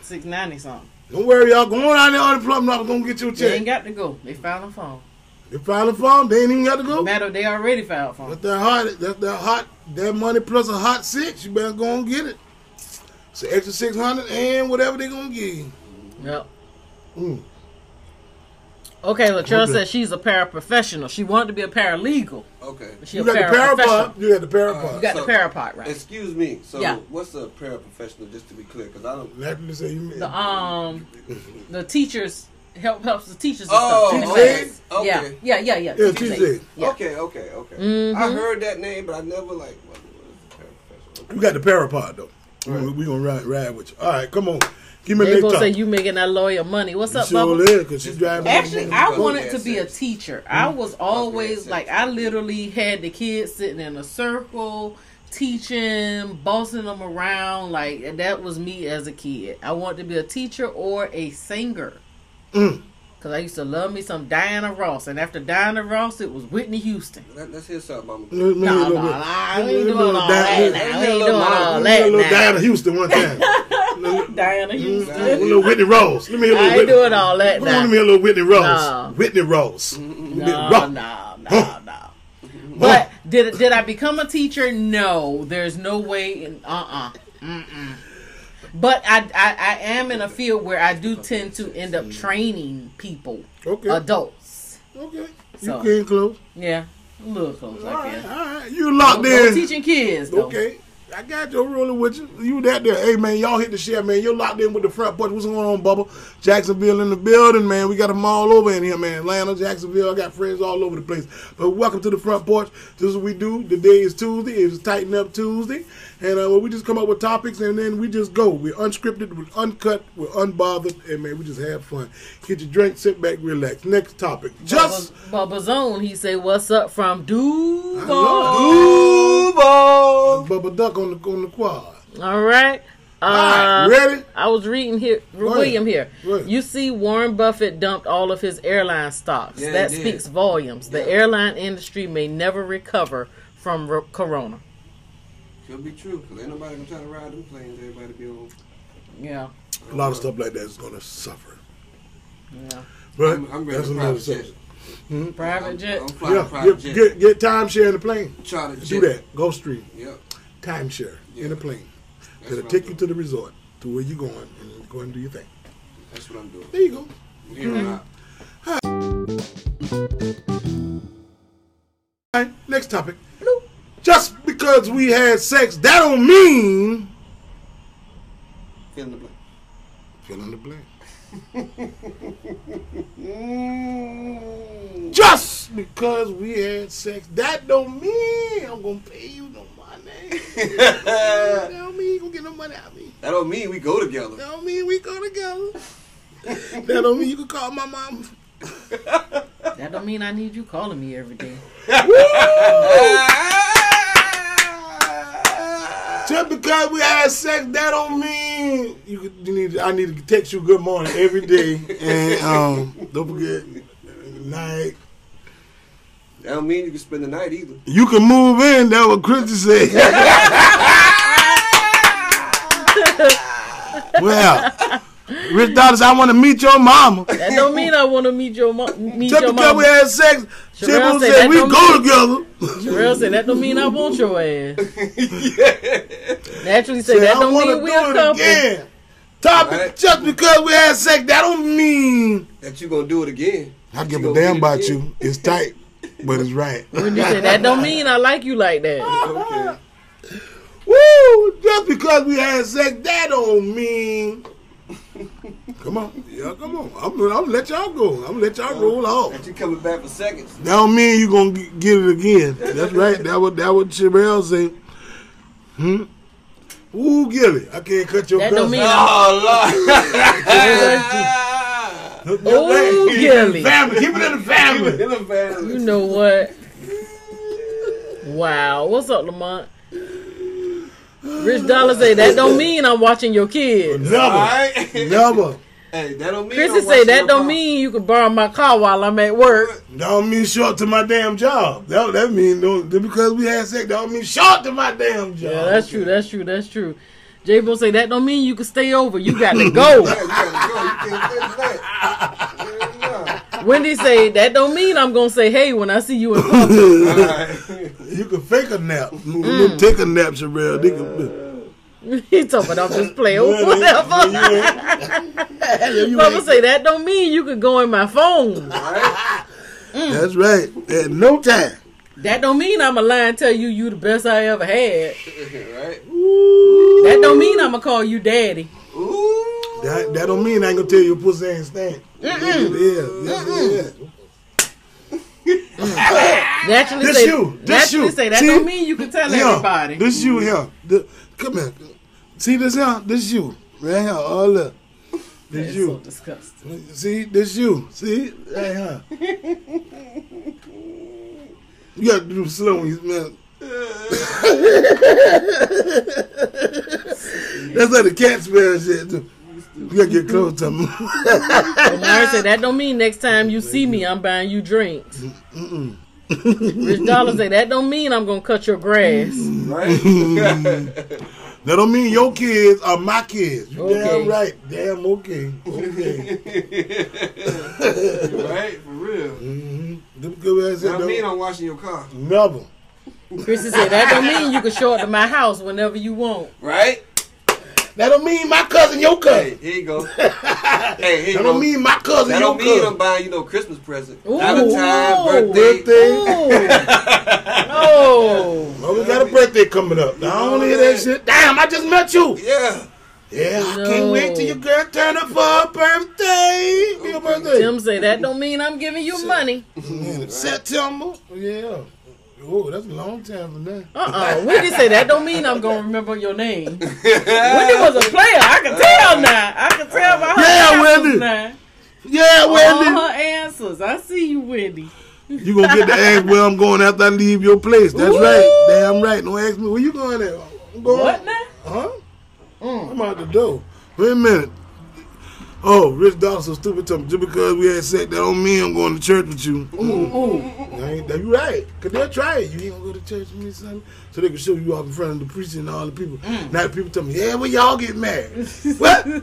600. 690 something. Don't worry, y'all. Go on out there on the plumb knock. Gonna get you a They ain't check. got to go. They filed a phone. They filed a form. They ain't even got to go. Matter, they already filed phone. But that hot, that, that hot, that money plus a hot six, you better go and get it. So extra 600 and whatever they gonna give you. Yep. Mm. Okay, Latrell Okay. says she's a paraprofessional. She wanted to be a paralegal, Okay. but she You a got the paraprofessional. parapod. You got the parapod. You got So- the parapod right. Excuse me. So, Yeah. what's a paraprofessional? Just to be clear, because I don't. Naturally say you mean. The um, the teachers help helps the teachers. and Oh, stuff in the okay. class. Okay. Yeah, yeah, yeah, yeah. yeah, teachers TJ. aid. Yeah. Okay, okay, okay. Mhm. I heard that name, but I never like. What, what is a paraprofessional? You got the parapod though. We, we gonna ride, ride with you. All right, come on. Give me They a big gonna talk. say you making that lawyer money. What's up, sure Bubba? is, cause she driving. Actually, I Okay, wanted to be a sense. teacher. I was always sense. like, I literally had the kids sitting in a circle, teaching, bossing them around. Like and that was me as a kid. I wanted to be a teacher or a singer. Mm. Cause I used to love me some Diana Ross, and after Diana Ross, it was Whitney Houston. Let, let's hear something, Mama. Let me hear a No, little no, bit. no, I Let ain't me hear a doing little Di- all that. now. I ain't doing all Let me hear a little that. Diana Houston one time. Little- now. Diana Houston. A little Whitney Rose. Let me hear a I little ain't Whitney. doing all that. Come on, let Now. me hear a little Whitney Rose. Nah. Whitney Rose. No, Rock. no, Huh. no, no. But did did I become a teacher? No, there's no way. In, uh-uh. Mm-mm. But I, I I am in a field where I do tend to end up training people, Okay. adults. okay. So. You came close. Yeah, a little close All like right. that. All right. You locked in. teaching kids. Though. Okay. I got your rolling with you. You that there. Hey, man, y'all hit the share, man. You're locked in with the front porch. What's going on, Bubba? Jacksonville in the building, man. We got them all over in here, man. Atlanta, Jacksonville. I got friends all over the place. But welcome to the front porch. This is what we do. Today is Tuesday. It's Tighten Up Tuesday. And uh, we just come up with topics and then we just go. We're unscripted, we're uncut, we're unbothered, and man, we just have fun. Get your drink, sit back, relax. Next topic. Just. Bubba Zone, he say, "What's up from Duval?" Bubba Duck on the, on the quad. All right. Uh, All right, ready? I was reading here, ahead. William here. Go ahead. You see, Warren Buffett dumped all of his airline stocks. Yeah, that he did. speaks volumes. The airline industry may never recover from ro- Corona. Could be true, because ain't nobody gonna try to ride them planes. Everybody be on. Yeah, A lot of stuff like that is going to suffer. yeah. Right? I'm, I'm ready That's to another private subject. jet. I'm, Private jet. I'm flying Yeah, private get, get, jet. get timeshare in the plane. Charter jet. Do that. Go street. Yep. Timeshare in Yeah. the plane. That's That'll what take I'm you to doing. the resort, to where you're going, and go and do your thing. That's what I'm doing. There you go. You Mm-hmm. know, I- All right, next topic. Just because we had sex, that don't mean. fill in the blank. Fill in the blank. Mm. Just because we had sex, that don't mean I'm going to pay you no money. name. That that don't mean you gonna get no money out of me. don't mean we go together. That don't mean we go together. that don't mean you can call my mom. That don't mean I need you calling me every day. Just because we had sex, that don't mean you, could- you need. I need to text you good morning every day, and um, don't forget good night. That don't mean you can spend the night either. You can move in. That what Christy said. well, Rich Dollars, I want to meet your mama. That don't mean I want to meet your mom. Meet Just your because we mom. had sex, Chippo Sherelle said said that we don't go mean- together. Terrell said that don't mean I want your [laughs] ass. Naturally said Said, that I don't wanna mean we a couple. Topic, Right. just because we had sex, that don't mean That you gonna do it again. I You give a gonna damn do it about again. you. It's tight, but it's right. Wendy said that don't mean I like you like that. Okay. [laughs] Woo! Just because we had sex, that don't mean. [laughs] Come on, yeah, come on. I'm, I'm gonna let y'all go. I'm gonna let Oh. y'all roll off. That you coming back for seconds. That don't mean you gonna g- get it again. That's right. That what that what Sherelle said. Hmm. Ooh, Gilly, I can't cut your That don't cousin. mean [laughs] Oh Lord. Ooh, Gilly. Family, keep it in the family. In the family. You know what? Wow. What's up, Lamont? Rich Dollar say that don't mean I'm watching your kids. Never, [laughs] Alright. never. Hey, that don't mean. Chrissy I'm say watching that your don't mom. [laughs] mean you can borrow my car while I'm at work. That don't mean short to my damn job. That that mean don't, just because we had sex, that don't mean short to my damn job. Yeah, that's true. That's true. That's true. J-Bo say that don't mean you can stay over. You got [laughs] to go. Yeah, you gotta go. You can't finish that. Yeah, Wendy say that don't mean I'm gonna say hey when I see you in public. [laughs] nah. [laughs] Alright. [laughs] You can fake a nap. Mm. You can Take a nap, Sherelle. Nigga. he talking about I'm just playing Yeah, whatever. yeah, you ain't- yeah, you Mama ain't- say that don't mean you can go in my phone. Alright. That's right. At no time. That don't mean I'm a lie and tell you you the best I ever had. Alright. That don't mean I'ma call you daddy. Ooh. That, that don't mean I ain't gonna tell you your pussy ain't stank. Yeah, yes, it is. Naturally This say you. This naturally you. say that See? don't mean you can tell Yeah, everybody. This you here. Th- come here. See this here? This you. Right here. All up. That This is so you. disgusting. See, this you. See? Right here. You gotta do slow when you smell. That's how the cat smells shit too. You gotta get close to me. Mary said that don't mean next time you see me I'm buying you drinks. Rich Dollar say that don't mean I'm gonna cut your grass. [laughs] Right. that don't mean your kids are my kids. You Okay. damn right. Damn okay. [laughs] Okay. [laughs] right. For real. mm-hmm. Them good ass That shit don't mean don't- I'm washing your car. Never. Chrissy said that don't mean you can show up to my house whenever [laughs] you want. Right. That don't mean my cousin your Hey, cousin. here you go. hey, here you That go. don't mean my cousin that your don't mean I'm cousin. buying you no Christmas present. Ooh. Valentine, Ooh. birthday. Birthday. Oh, Oh, we got a birthday coming up. I don't hear that shit. Damn, I just met you. Yeah. Yeah, I can't No. wait till your girl turn up for her birthday. For your birthday. Tim say that don't mean I'm giving you money. Man, September. Yeah. Oh, that's a long time from now. Uh-uh. Wendy say that don't mean I'm gonna remember your name. Wendy was a player. I can tell now. I can tell by her Yeah, answers Wendy. now. Yeah, Wendy. All her answers. I see you, Wendy. You gonna get to ask where I'm going after I leave your place. That's Ooh. right. Damn right. Don't ask me where you going at. I'm going. What now? Huh? I'm out the door. Wait a minute. Oh, Rich Dawson so stupid to me. Just because we had sex, that don't mean I'm going to church with you. I ain't- that you right. Cause they'll try it. You ain't gonna go to church with me, son. So they can show you off in front of the preacher and all the people. Now the people tell me, yeah, well y'all get married. [laughs] what? yeah,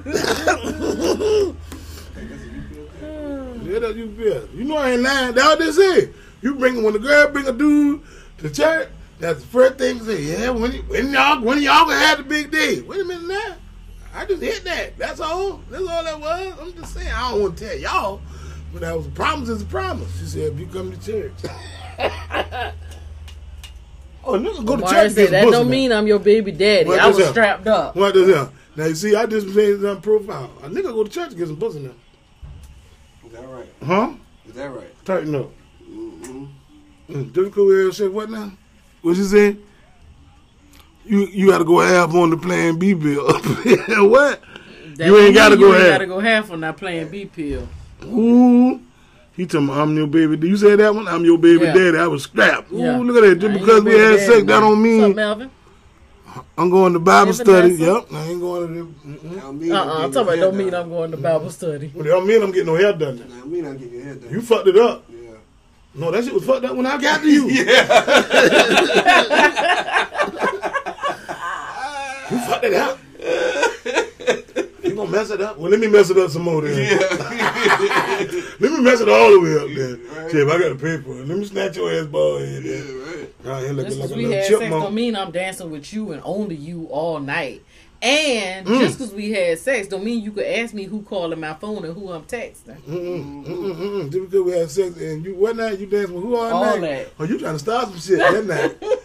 that you feel. You know I ain't lying. That's all they say. You bring when the girl bring a dude to church. That's the first thing they say. Yeah, when when y'all when y'all gonna have the big day? Wait a minute now. I just hit that. That's all. That's all that was. I'm just saying. I don't want to tell y'all, but that was a promise. Is a promise. She said, if you come to church. [laughs] oh, nigga, go to Mara church. Said, said that don't mean I'm your baby daddy. What I is was that? strapped up. What does that? Now you see, I just made some profile. A nigga go to church and get some pussy now. Is that right? Huh? Is that right? Tighten up. Mm-hmm. Mm, Difficult with said what now? What you say? you you got to go half on the Plan B bill. [laughs] what? That You ain't gotta mean go You ain't half. gotta go half on that playing B pill. Ooh. He told me, I'm your baby. Did you say that one? I'm your baby Yeah. daddy. I was strapped. Ooh, Yeah. look at that. Just I ain't because we your had baby sex, daddy. that don't What's up, mean Melvin? I'm going to Bible Hey, study. Vanessa. Yep. I ain't going to. mm-mm. Don't mean Uh uh-uh, I'm uh. i am getting talking about your don't hair mean done. I'm going to Bible study. Well, that mean I'm getting no hair done. now. Don't mean I'm getting your hair done. You fucked it up. Yeah. No, that shit was fucked up when I got to [laughs] you. [laughs] yeah. you fucked it [laughs] up. you gonna mess it up? Well, let me mess it up some more then. [laughs] let me mess it all the way up then. Shit, if I got a paper, let me snatch your ass ball head Yeah, then. right. Out here Just looking like because a we had little sex don't chipmunk. mean I'm dancing with you and only you all night. And Mm. just because we had sex don't mean you could ask me who calling my phone and who I'm texting. Mm-mm, mm-mm, mm-mm. Just because we had sex and you what night you dancing with who all, All night? that. Oh, you trying to start some shit that [laughs] night?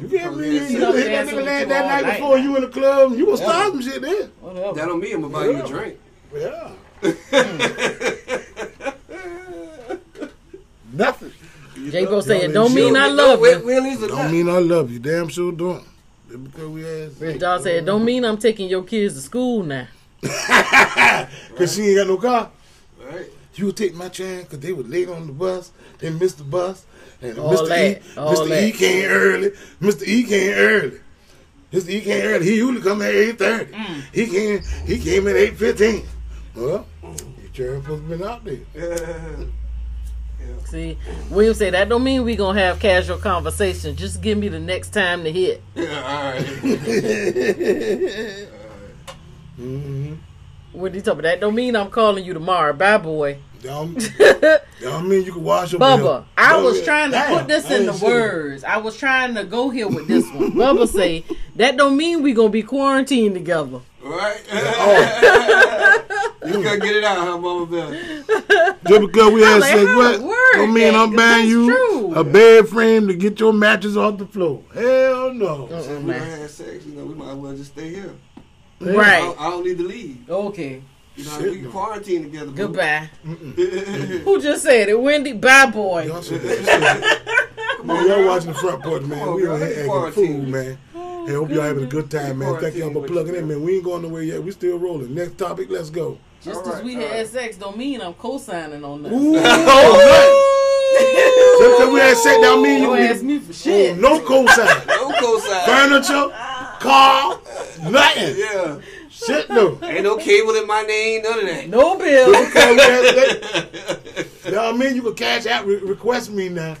You can't believe you, You you know, hit that dancing nigga with lad you that all night night before now. you in the club. You gonna start some shit then. Whatever. That don't mean I'm gonna buy you a drink. Yeah. Nothing. Jago saying ain't don't mean sure. I love you. Willie's or Don't not. mean I love you. Damn sure don't. Just Because we had Rich sex. Dog said don't mean I'm taking your kids to school now. Cause she ain't got no car. Right. [laughs] You would take my train because they were late on the bus. They missed the bus. And All Mr. that, E, all Mr. E that. came early. Mr. E came early. Mr. E came early. He usually come at eight thirty. Mm. He came. He came at eight fifteen. Well, you sure supposed to been out there. See, William said that don't mean we gonna have casual conversation. Just give me the next time to hit. [laughs] [laughs] Yeah, all right. Mm-hmm. What you talking about? That don't mean I'm calling you tomorrow. Bye, boy. Don't, don't mean you can wash your Bubba, I was trying to Damn, put this I in the ain't sure. words. I was trying to go here with this one. Bubba say that don't mean we gonna be quarantined together. Right? [laughs] Oh, you gotta get it out, huh, Mama Bell? just because we had like, sex, how what? it work, Don't mean I'm buying Dad? That's you true. a bed frame to get your mattress off the floor. Hell no. Uh-uh, We done man. had sex, you know, we might as well just stay here. I Right. don't, I don't need to leave. Okay. You know, Shit, we no. can quarantine together. boo. Goodbye. [laughs] Come Who just said it? Wendy. Bye, boy. Y'all should- y'all should- man, y'all watching the front porch, man. Come We on, on bro. here acting Quarantine. fool, man. Hey, hope y'all having a good time, man. Thank y'all for Quarantine, plugging in, what you man. We ain't going nowhere yet. We still rolling. Next topic, let's go. Just All because right, we all had right. sex don't mean I'm co-signing on that. Ooh, oh, man. Just 'cause we had sex, that mean you You can- ask me for shit. Oh, no cosign. no cosign. Furniture, car, nothing. Yeah. Shit, no. Ain't no cable in my name, none of that. No bill. [laughs] Okay, man, let- Y'all mean you can cash out, re- request me now.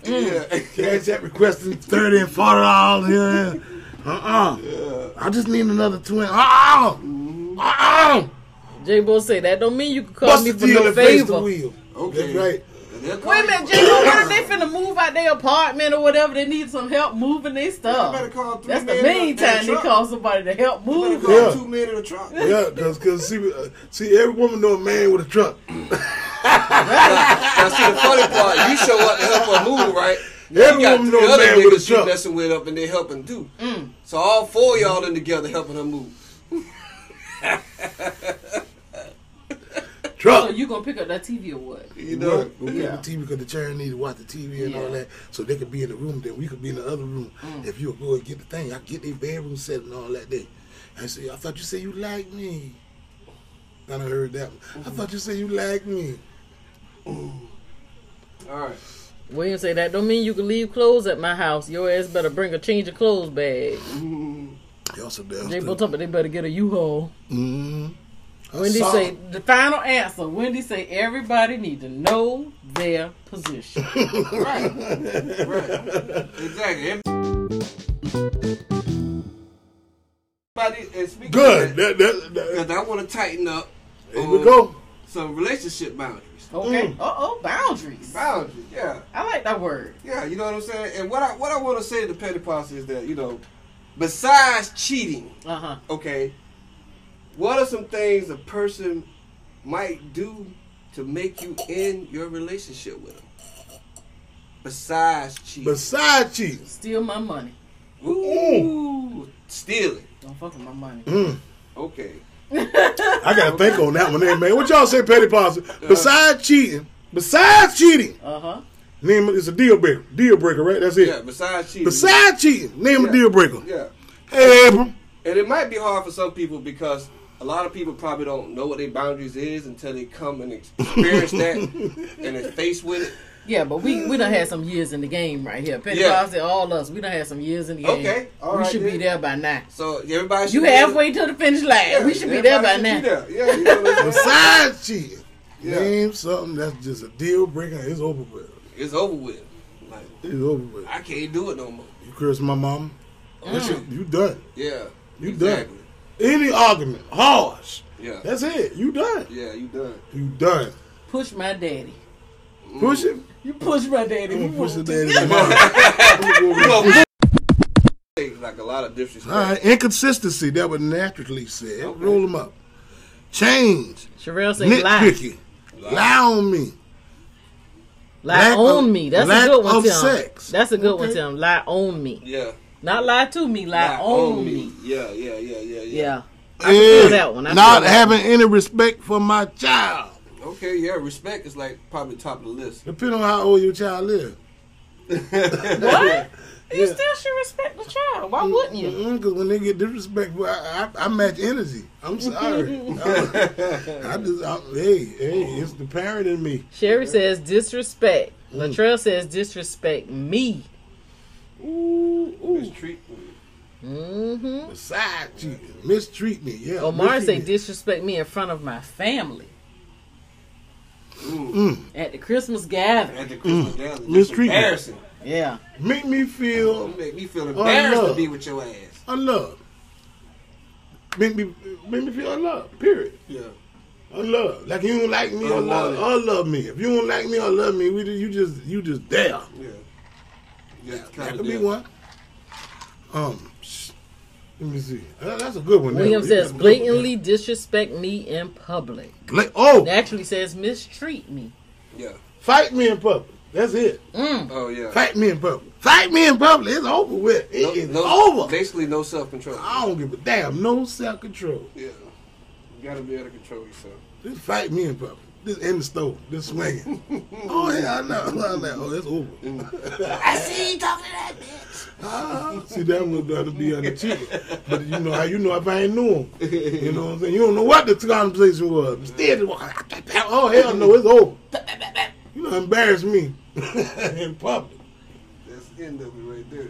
Cash out requesting 30 and 40 dollars here. Uh-uh. I just need another twin. Uh-uh. Uh-uh. J Bo say that don't mean you can call Bust me the for deal no and face the favor. wheel. That's Okay. right. They'll call Wait a you. minute, J Bo, what if they finna move out their apartment or whatever? They need some help moving their You better stuff. call three That's the men main in a- in a time they truck. call somebody to help You better move. call Yeah. two men in a truck. Yeah, because cause see, uh, see, every woman know a man with a truck. Now see the funny part, you show up to help her move, right? Every you got woman three know a other man with a niggas you truck. messing with up and they helping too. Mm. So all four of y'all in together helping her move. So Truck. you gonna pick up that TV or what? You know? No, we Yeah. got the TV because the children need to watch the TV and all Yeah. that, so they could be in the room. Then we could be in the other room. If you would go and get the thing, I could get their bedroom set and all that. Day, I say, I thought you said you liked me. I done heard that. One. I thought you said you liked me. All right. William say that don't mean you can leave clothes at my house. Your ass better bring a change of clothes bag. They also does. J Bo talking about they better get a U-Haul. Mm-hmm. Wendy say the final answer. Wendy say everybody need to know their [laughs] position. Exactly. Everybody, and speaking good. Of that, That, that, that, because I want to tighten up here on we go. some relationship boundaries. Okay. Uh oh, boundaries. Boundaries, yeah. I like that word. Yeah, you know what I'm saying? And what I what I want to say to Petty Posse is that, you know, besides cheating, Uh huh. okay, what are some things a person might do to make you end your relationship with them? Besides cheating. Besides cheating, Steal my money. Ooh, stealing. Don't fuck with my money. Okay. I gotta think on that one, there, man. What y'all say, petty positive? Besides cheating, besides cheating, Uh huh. name it's a deal breaker. Deal breaker, right? That's it. Yeah, besides cheating. Besides cheating, name Yeah. a deal breaker. Yeah. Hey, Abram. And it might be hard for some people because a lot of people probably don't know what their boundaries is until they come and experience that and they face with it. Yeah, but we we done had some years in the game right here. Penny Yeah. Mm-hmm. yeah. said all us. We done had some years in the game. Okay, all we right should then. be there by now. So everybody should You be able- halfway to the finish line. Yeah, we should be there by everybody now. should be there. [laughs] Yeah, you know what I'm saying? Besides cheating, Yeah. name something that's just a deal breaker. It's over with. it's over with. Like It's over with. I can't do it no more. You curse my mama. That's Mm. it. You done. Yeah, You exactly. done. Any argument, harsh. Yeah, That's it. You done. yeah, you done. You done. Push my daddy. Mm-hmm. Push it. You push my daddy. I'm You gonna push the want daddy tomorrow. I'm gonna go with- Takes [laughs] like a lot of disrespect. All right, inconsistency. That was naturally said. Roll them up. Change. Sherelle said lie. Nitpicky. Lie on me. Lie Lack on of- me. That's lack a good one, of Tim. sex. That's a good one, Okay. Tim. Lie on me. Yeah, Not lie to me. Lie, Like, on, own me. Yeah, yeah, yeah, yeah, yeah. Yeah. Yeah. feel that one. I feel Not that having any respect for my child. Okay, yeah. Respect is like probably top of the list. Depending on how old your child is. What? You still should respect the child. Why wouldn't you? Because when they get disrespectful, I, I, I match energy. I'm sorry. I, I just, I, hey, hey, it's the parent in me. Sherry says disrespect. Mm. Latrell says disrespect me. Mistreat. Mm-hmm. Beside cheating, mistreat me. Yeah. Omar say mistreat me. disrespect me in front of my family. Mm. At the Christmas gathering. At the Christmas gathering, just Mistreatment. Embarrassing. Yeah. Make me feel Don't make me feel embarrassed no. to be with your ass. unloved. Make me make me feel unloved. Period. Yeah. Unloved. Like you don't like me, unlove, Unwanted. unlove me. If you don't like me, unlove me. We just, you just you just there. Yeah. Just That kinda could be there. one. Um, sh- let me see. Uh, that's a good one. there. William You says got a good one there. blatantly disrespect me in public. Bla- oh, It actually says mistreat me. Yeah. fight me in public. That's it. Oh yeah. Fight me in public. Fight me in public. It's over with. It No- is no- over. Basically, no self control. I don't give a damn. No self control. Yeah. You gotta be able to control yourself. Just fight me in public. This in the store. This [laughs] swinging. oh yeah, [laughs] I know. I'm like, oh, that's over. Mm. I see you talking to that bitch. Ah, See, that would rather be on the cheating. But you know how you know if I ain't knew him. You know what I'm saying? You don't know what the conversation was. Instead, it was, oh, hell no, it's over. You know, embarrass [laughs] me in public. That's the end of it right there.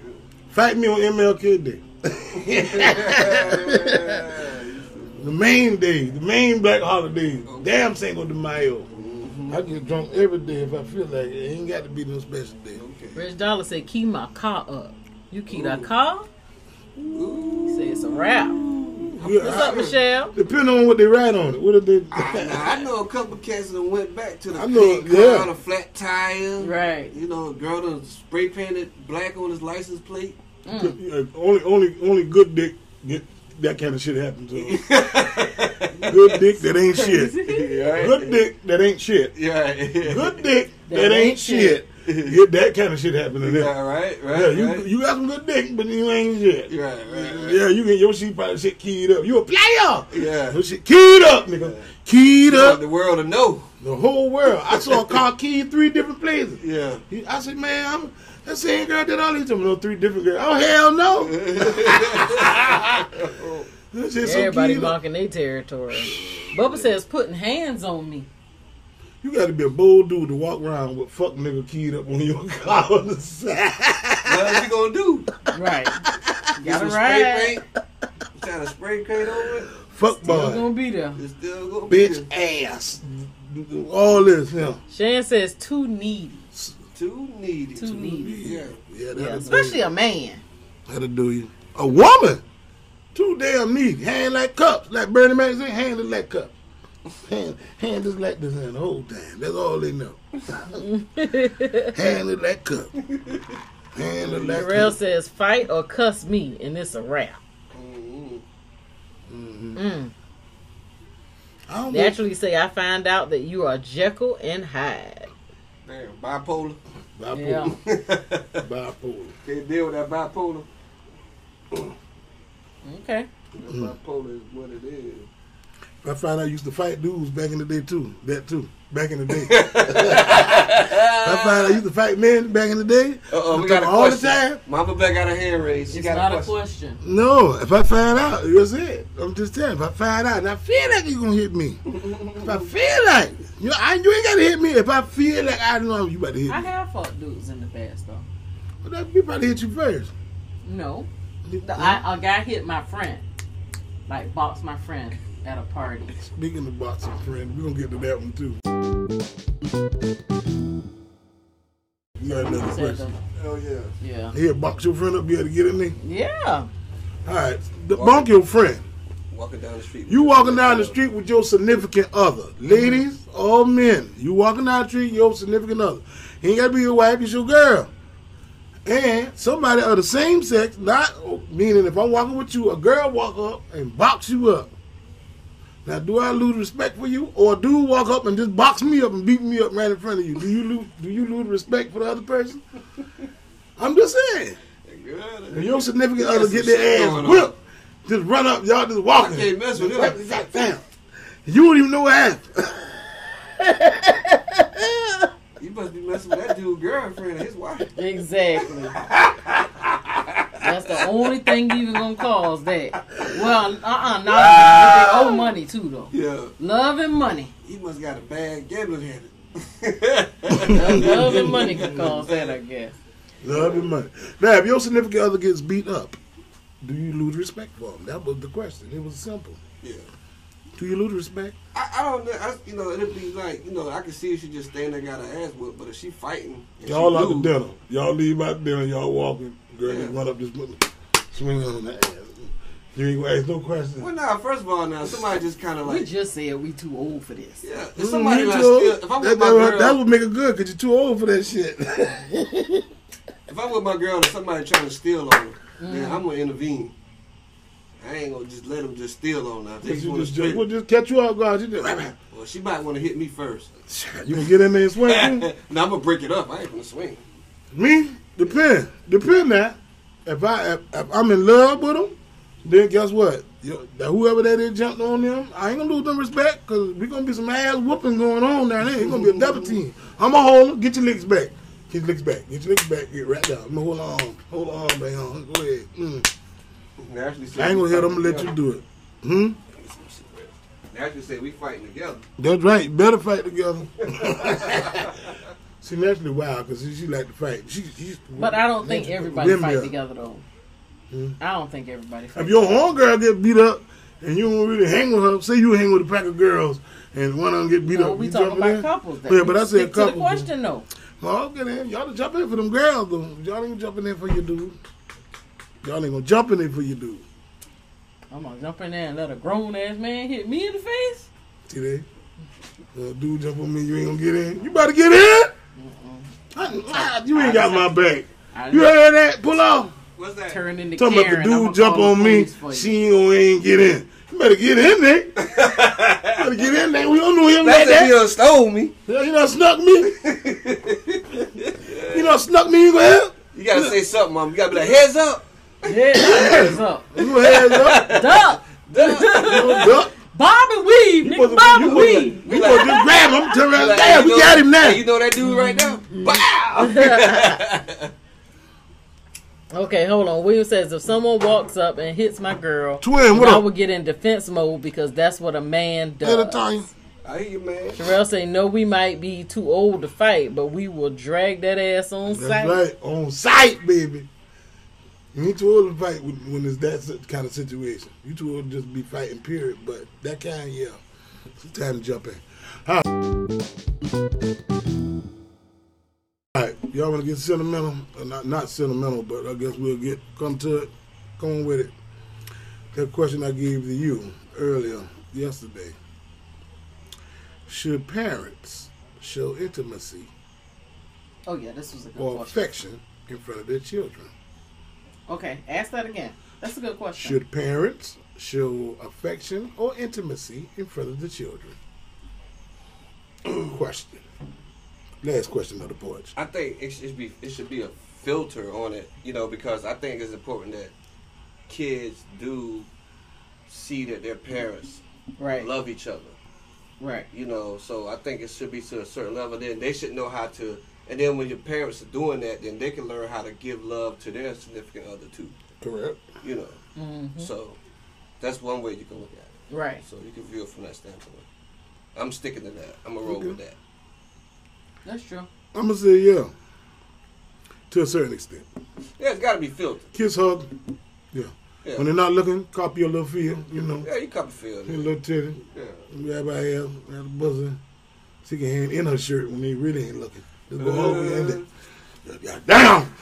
Fight me on MLK Day. [laughs] the main day, the main black holiday. Damn Cinco de Mayo. I get drunk every day if I feel like it. It ain't got to be no special day. Okay. Rich Dollar said, keep my car up. You keep that car? He said it's a wrap. Yeah, What's I- up, Michelle? Depending on what they write on it. What if they? Now, I know a couple cats that went back to the I I know, pink car yeah. on a flat tire. Right. You know, a girl done spray painted black on his license plate. Yeah, [laughs] only, only, only good dick get that kind of shit happen to. 'em. good dick that ain't shit. Yeah. Good dick that ain't shit. [laughs] Yeah. Good dick that ain't shit. Get that kind of shit happen to them. Yeah, right, right. Yeah, you right. you got some good dick, but you ain't shit. Right, right, right. Yeah, you can your shit probably shit keyed up. You a player. Yeah. Your shit keyed up, nigga. Keyed You want the up world to know. the whole world. I saw a [laughs] car keyed three different places. Yeah. He- I said, man, I'm that same girl did all these them no three different girls. Oh hell [laughs] no. That shit so Everybody keyed up. marking their territory. Bubba says putting hands on me. You gotta be a bold dude to walk around with fuck nigga keyed up on your [laughs] car on the side. What you gonna do? [laughs] Right. Get Got some it spray right. paint. You trying to spray paint over it? fuck You're boy. gonna be there. It's still gonna be Bitch there. ass. All this, yeah. Shan says too needy. Too needy. Too needy. Yeah. Yeah, Yeah, that'll especially a man. That'll do you. A woman, too damn needy. Hand like cups, like Bernie Mac said, hand is like cups. Hand, hand is like this hand the whole time. That's all they know. [laughs] hand is like cup. Hand is like Darrell cup. says fight or cuss me, and it's a wrap. Mhm. I don't They know- actually say I find out that you are Jekyll and Hyde. Damn, bipolar. bipolar. [laughs] Bipolar. Can't deal with that bipolar. Okay. That bipolar is what it is. I found out I used to fight dudes back in the day too. That too. back in the [laughs] day. I find I used to fight men back in the day. Uh-oh, I'm we got a talking all the question. time. Mama Black got her hand raised. She It's got not a a question. question. No, if I find out, you know what I'm saying? I'm just telling. If I find out, and I feel like you're gonna hit me. if I feel like you, know, I, you ain't gotta hit me. If I feel like I know you about to hit I me, have fucked dudes in the past though. well, that, you about to hit you first. No, the, I, a guy hit my friend, like boxed my friend at a party. Speaking of boxing, friend, we're gonna get to that one too. You got another Said the- question? Oh yeah. yeah, Here, box your friend up. You had to get in there. yeah. All right, the bunk your friend. Walking down the street. You walking down the street with your significant other, ladies or men. You walking down the street, your significant other. He ain't gotta be your wife; it's your girl. And somebody of the same sex, not meaning if I'm walking with you, a girl walk up and box you up. Now, do I lose respect for you, or do you walk up and just box me up and beat me up right in front of you? Do you lose? Do you lose respect for the other person? I'm just saying. When your significant other some get their shit ass going whipped, just run up, y'all just walking. I can't mess with Like, him. God damn. You don't even know what happened. [laughs] You must be messing with that dude's girlfriend and his wife. [laughs] Exactly. That's the only thing you even gonna cause that. Well, uh uh not if they owe money too though. Yeah. Love and money. He must got a bad gambling habit. [laughs] Love, love and money can cause that, I guess. Love and money. Now, if your significant other gets beat up, do you lose respect for him? That was the question. It was simple. yeah. Do you lose respect? I, I don't know. I, you know, it'd be like, you know, I can see if she just stand there and got her ass whipped, but if she fighting, and Y'all she out to lose, dinner. Y'all leave out dinner. Y'all walking. Girl, Yeah. just run up this mother, swing on the ass. You ain't gonna ask no questions. Well, now, first of all, now somebody just kind of We like, just said we too old for this. yeah. If somebody Mhm, like, you too still, old. if I'm that, with my that, girl, that would make it good because you're too old for that shit. if I'm with my girl and somebody trying to steal on her, then Mm-hmm. I'm gonna intervene. I ain't gonna just let them just steal on her. If They [laughs] just you want just, to we'll just catch you off guard. You, just, Well, she might want to hit me first. you gonna get in there and swing? now [laughs] too? I'm gonna break it up. I ain't gonna swing. Me? Depend. Depend now. If I if, if I'm in love with them, then guess what? Yo, that whoever that is jumped on them, I ain't gonna lose them respect because we gonna be some ass whooping going on down there. It's gonna be a double team. I'ma hold 'em. Get your licks back. Get your licks back. Get your licks back. Get right down. I'ma hold on. Hold on, man. Go ahead. Mm. Naturally, said I ain't we gonna hit them. fighting Let you together. do it. Hmm. Naturally, say we fighting together. That's right. You better fight together. [laughs] she naturally wild because she, she like to fight. She, she, But I don't think naturally everybody windmill. Hmm? fight together though. I don't think everybody fight. If your homegirl get beat up and you don't really hang with her, say you hang with a pack of girls and one of them get beat No, up, we you talking jump about in? couples. That Yeah, but I said stick to the couples. question though. Well, get in. Y'all to jump in for them girls though. Y'all ain't jumping in for your dude. Y'all ain't gonna jump in there for your dude. I'm gonna jump in there and let a grown ass man hit me in the face. See that? Well, dude jump on me, you ain't gonna get in. You better get in. I- I- you ain't got my back. I You heard that? Pull off. What's that? turn into Talking about the Karen, I'ma dude jump call the on me, police for you. she ain't gonna ain't get in. You better get in there. you better get in there. We don't know him like That's that. if you done stole me. Yeah, you done snuck me. you done snuck me, you gonna help? You gotta say something, mom. You gotta be like, heads up. Yeah, [coughs] what's up? You gonna heads up? Duck, You gonna duck? Bobby Weave, You nigga, supposed Bobby to, you Weave. supposed to, you supposed to just grab him, turn around, Like, damn, you we know- got him now. Mm-hmm. You know that dude right now? Wow. Okay, hold on. William says if someone walks up and hits my girl, Twin, what I up? would get in defense mode because that's what a man Hey, does. Latonya. I hear you, man. Terrell say no, we might be too old to fight, but we will drag that ass on That's site. right, on sight, baby. You ain't too old to fight when, when it's that si- kind of situation. You too old to just be fighting, period. But that kind, yeah. It's time to jump in. All right, y'all want to get sentimental? Uh, not, not sentimental, but I guess we'll get come to it. Come on with it. That question I gave to you earlier yesterday. Should parents show intimacy Oh yeah, this was a good or question. affection in front of their children? Okay, ask that again. That's a good question. Should parents show affection or intimacy in front of the children? [clears throat] question. Last question of the porch. I think it should be it should be a filter on it, you know, because I think it's important that kids do see that their parents right. love each other. Right. You know, so I think it should be to a certain level. Then they should know how to, and then when your parents are doing that, then they can learn how to give love to their significant other too. Correct. You know, so that's one way you can look at Right. it. So you can view it from that standpoint. I'm sticking to that. I'm gonna roll with that. That's true. I'm gonna say yeah. To a certain extent, Yeah, it's got to be filtered. kiss hug. Yeah. Yeah. When they're not looking, copy your little feel. You know, Yeah, you copy filter. your little titty. Yeah. Everybody else had a buzzer. She can hand in her shirt when they really ain't looking. Just go over there and then, "Yeah, damn.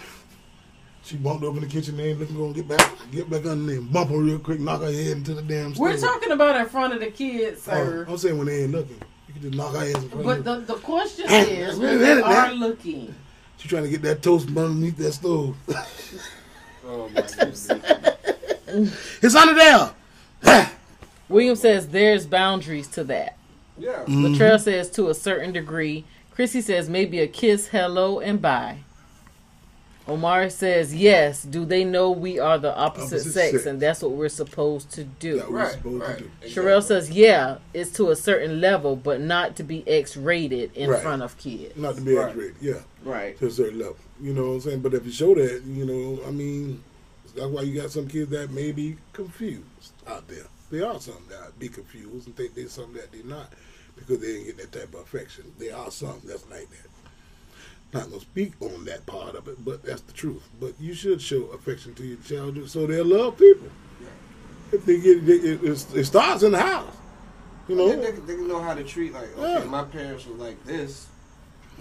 She bumped over in the kitchen. They ain't looking. Gonna get back, get back under there, and bump her real quick, knock her head into the damn. We're stove. talking about in front of the kids, Oh, sir. I'm saying when they ain't looking, you can just knock her ass in front but of her. the, the question Hey, is, wait a when they minute now. are looking. She trying to get that toast from underneath that stove. [laughs] Oh my goodness. it's under there. William says there's boundaries to that. Yeah. Mm. Latrell Mm-hmm. says to a certain degree. Chrissy says maybe a kiss, hello, and bye. Omar says yes. Do they know we are the opposite, Opposite sex, sex. and that's what we're supposed to do? That was Right. supposed Right. to do. Sherelle says yeah, it's to a certain level, but not to be X-rated in Right. front of kids. Not to be Right. X-rated. Yeah. Right. to a certain level. You know what I'm saying? But if you show that, you know, I mean, that's why you got some kids that may be confused out there. There are some that be confused and think they're something that they're not because they didn't get that type of affection. There are some that's like that. Not gonna speak on that part of it, but that's the truth. But you should show affection to your children so they'll love people. If they get it, it, it, it starts in the house. You They, know, they, they can know how to treat like okay, Yeah. my parents were like this,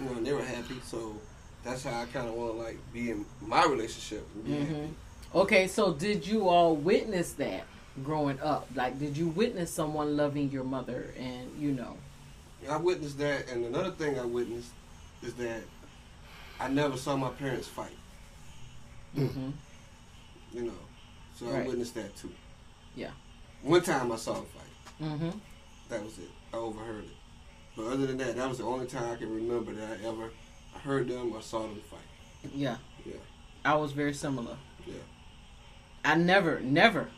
you know, and they were happy, so that's how I kind of want to like be in my relationship. And be Mm-hmm. happy. Okay, so did you all witness that growing up? Like, did you witness someone loving your mother and you know? I witnessed that, and another thing I witnessed is that I never saw my parents fight. Mm-hmm. You know, so I Right. witnessed that too. Yeah. One time I saw them fight. Mm-hmm. That was it. I overheard it. But other than that, that was the only time I can remember that I ever heard them or saw them fight. Yeah. Yeah. I was very similar. Yeah. I never, never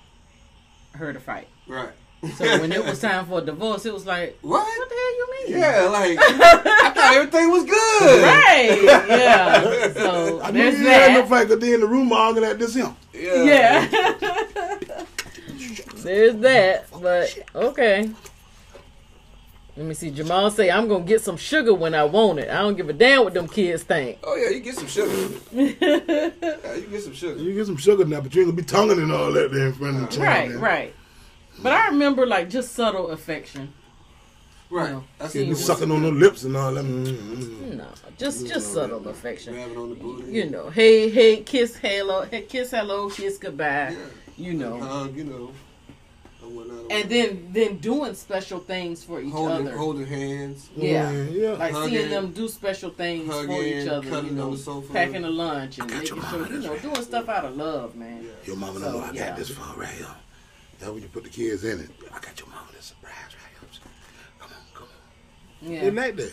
heard a fight. Right. [laughs] So when it was time for a divorce, it was like, What? what the hell you mean? Yeah, [laughs] like I thought everything was good. Right. Yeah. [laughs] So I knew there's you had no that. fight 'cause they in the room arguing at this him. Yeah. yeah. [laughs] there's that. But okay. Let me see. Jamal say, "I'm gonna get some sugar when I want it. I don't give a damn what them kids [laughs] think." Oh yeah, you get some sugar. yeah, you get some sugar. You get some sugar now, but you ain't gonna be tonguing and all that there in front of the child. Right. man. Right. But I remember like just subtle affection. Right. No. I You see be you sucking on her lips and all that. Mm, mm, mm. No, just just subtle affection. grabbing on the booty. you know, hey, hey, kiss, hello, hey, kiss, hello, kiss, goodbye, Yeah. Uh-huh. you know, hug, you know, and whatnot. and then then doing special things for each holding other, holding hands. yeah, Yeah, yeah. like Hugging. seeing them do special things for Hugging, each other, you cuddling on know, the sofa. packing a lunch and Got making your sure, mama you know, this way. doing stuff out of love, man. Your mama don't So, know I yeah. got this phone right here. That when you put the kids in it. I got your mama this surprise right here. Come on, come on. Yeah, They like that.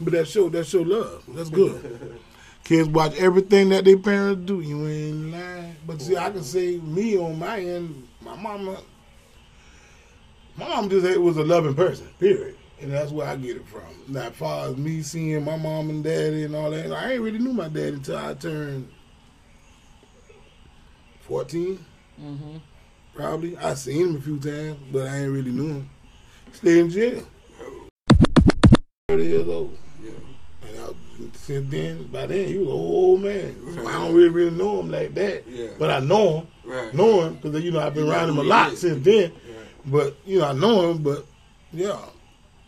But that show, that show love. That's good. [laughs] kids watch everything that their parents do. You ain't lying. But see, I can say me on my end, my mama, my mom just had- was a loving person. Period. And that's where I get it from. Now, as far as me seeing my mom and daddy and all that, I ain't really knew my dad until I turned 14 hmm Probably. I seen him a few times, but I ain't really knew him. Stay in jail. 30 years old. Yeah. And I, since then, by then, he was an old man. So I don't really, really know him like that. Yeah. But I know him. Right. Know him, because, you know, I've been around him a lot since then. Right. But, you know, I know him, but, yeah.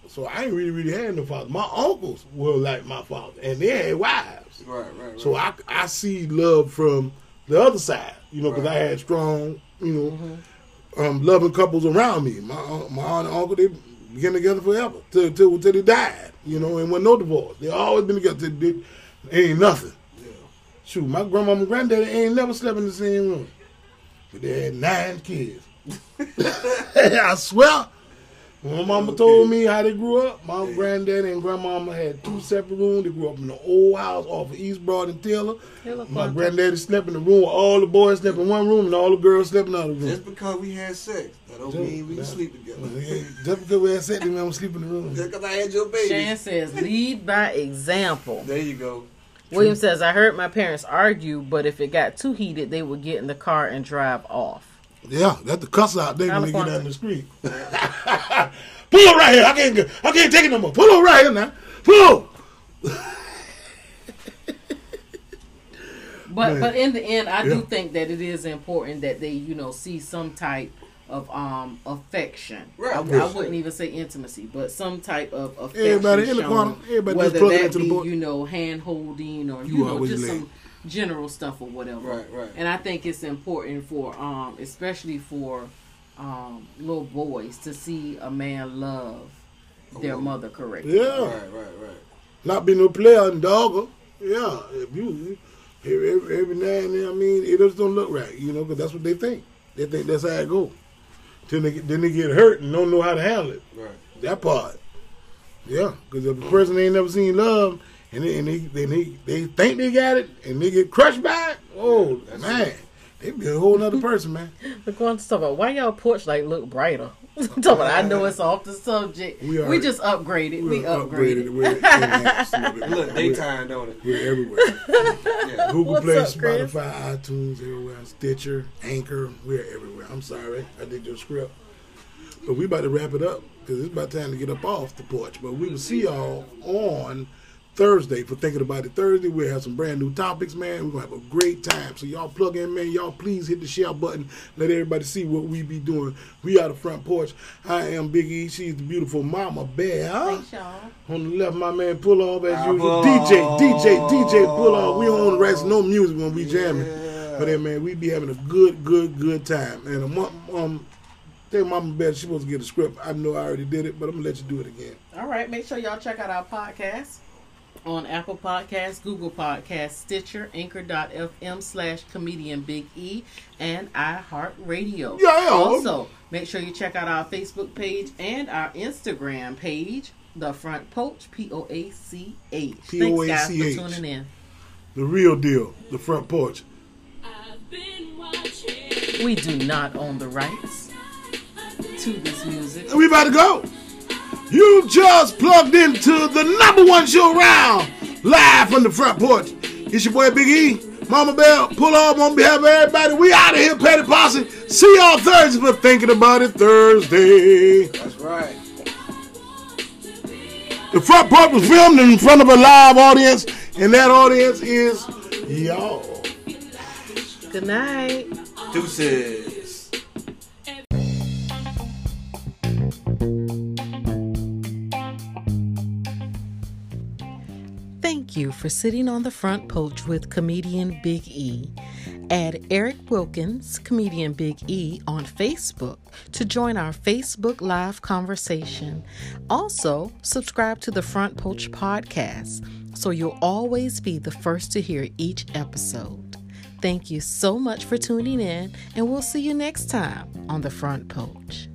So I ain't really, really had no father. My uncles were like my father, and they had wives. Right. Right. Right. So I, I see love from the other side, you know, because I had strong, you know, um, loving couples around me. My un- my aunt and uncle they been together forever till till, till they died, you know, and when no divorce, they always been together. They, they, ain't nothing. yeah. Shoot, my grandma and granddaddy ain't never slept in the same [laughs] room, but they had nine kids. I swear, When my mama told me how they grew up, my granddaddy and grandmama had two separate rooms. They grew up in the old house off of East Broad and Taylor. Taylor My Park. granddaddy slept in the room. All the boys slept in one room, and all the girls slept in the other room. Just because we had sex, that don't mean we can sleep [laughs] together. Just because we had sex, didn't mean I'm sleeping in the room. Just because I had your baby. Shan says, lead by example. There you go. William says, I heard my parents argue, but if it got too heated, they would get in the car and drive off. Yeah, that's the cuss out there when they get California. down the street. [laughs] Pull up right here. I can't. go- I can't take it no more. Pull up right here now. Pull. up. But Man. but in the end, I Yeah. do think that it is important that they you know see some type of um affection. Right. I, I Yes. wouldn't even say intimacy, but some type of affection. Everybody in the shown, corner, everybody just whether plugging that into the be board. you know hand holding or You you, know always just late. some general stuff or whatever. Right, right. And I think it's important for um especially for um little boys to see a man love their mother correctly. Yeah. Right, right, right. not be no player and dogger. Yeah, if you every, every, every now and then, I mean, it just don't look right, you know, because that's what they think. They think that's how it go. Then they, then they get hurt and don't know how to handle it. Right. That part. Yeah, because if a person ain't never seen love and they, and they, then they, they think they got it and they get crushed by it, oh, man, they be a whole other person, man. We're going to talk about why y'all porch like look brighter. [laughs] talk about, I know it's off the subject. We We, are- just upgraded. We, upgraded. We're enhanced a little bit. Look, daytime, don't it? We're everywhere. Yeah. Google What's Play, up, Chris? Spotify, iTunes, everywhere. Stitcher, Anchor, we're everywhere. I'm sorry, I did your script, but we about to wrap it up because it's about time to get up off the porch. But we will see y'all on Thursday for thinking about it. Thursday we'll have some brand new topics, man. We're gonna have a great time. So y'all plug in, man. Y'all please hit the share button. Let everybody see what we be doing. We are the front porch. I am Big E. She's the beautiful Mama Bear. Thanks, y'all. On the left, my man pull off as Ah, usual. Pull DJ, Off. DJ, DJ pull off. We don't rest no music when we jamming. But then man, we be having a good, good, good time. And um, um tell Mama Beth she supposed to get a script. I know I already did it, but I'm gonna let you do it again. All right, make sure y'all check out our podcast on Apple Podcasts, Google Podcasts, Stitcher, Anchor.fm slash Comedian Big E, and iHeartRadio. Yeah. Also, make sure you check out our Facebook page and our Instagram page, The Front Poach, P O A C H. Thanks, guys, P-O-A-C-H. for tuning in. The real deal, the front porch. I've been watching. We do not own the rights to this music. And we about to go. You just plugged into the number one show round, live from the front porch. It's your boy Big E, Mama Bell, pull up on behalf of everybody. We out of here, Petty Posse. See y'all Thursday for thinking about it Thursday. That's right. The front porch was filmed in front of a live audience, and that audience is y'all. Good night. Deuces. Thank you for sitting on the front porch with comedian Big E. Add Eric Wilkins, comedian Big E, on Facebook to join our Facebook Live conversation. Also, subscribe to the Front Porch Podcast so you'll always be the first to hear each episode. Thank you so much for tuning in, and we'll see you next time on the Front Porch.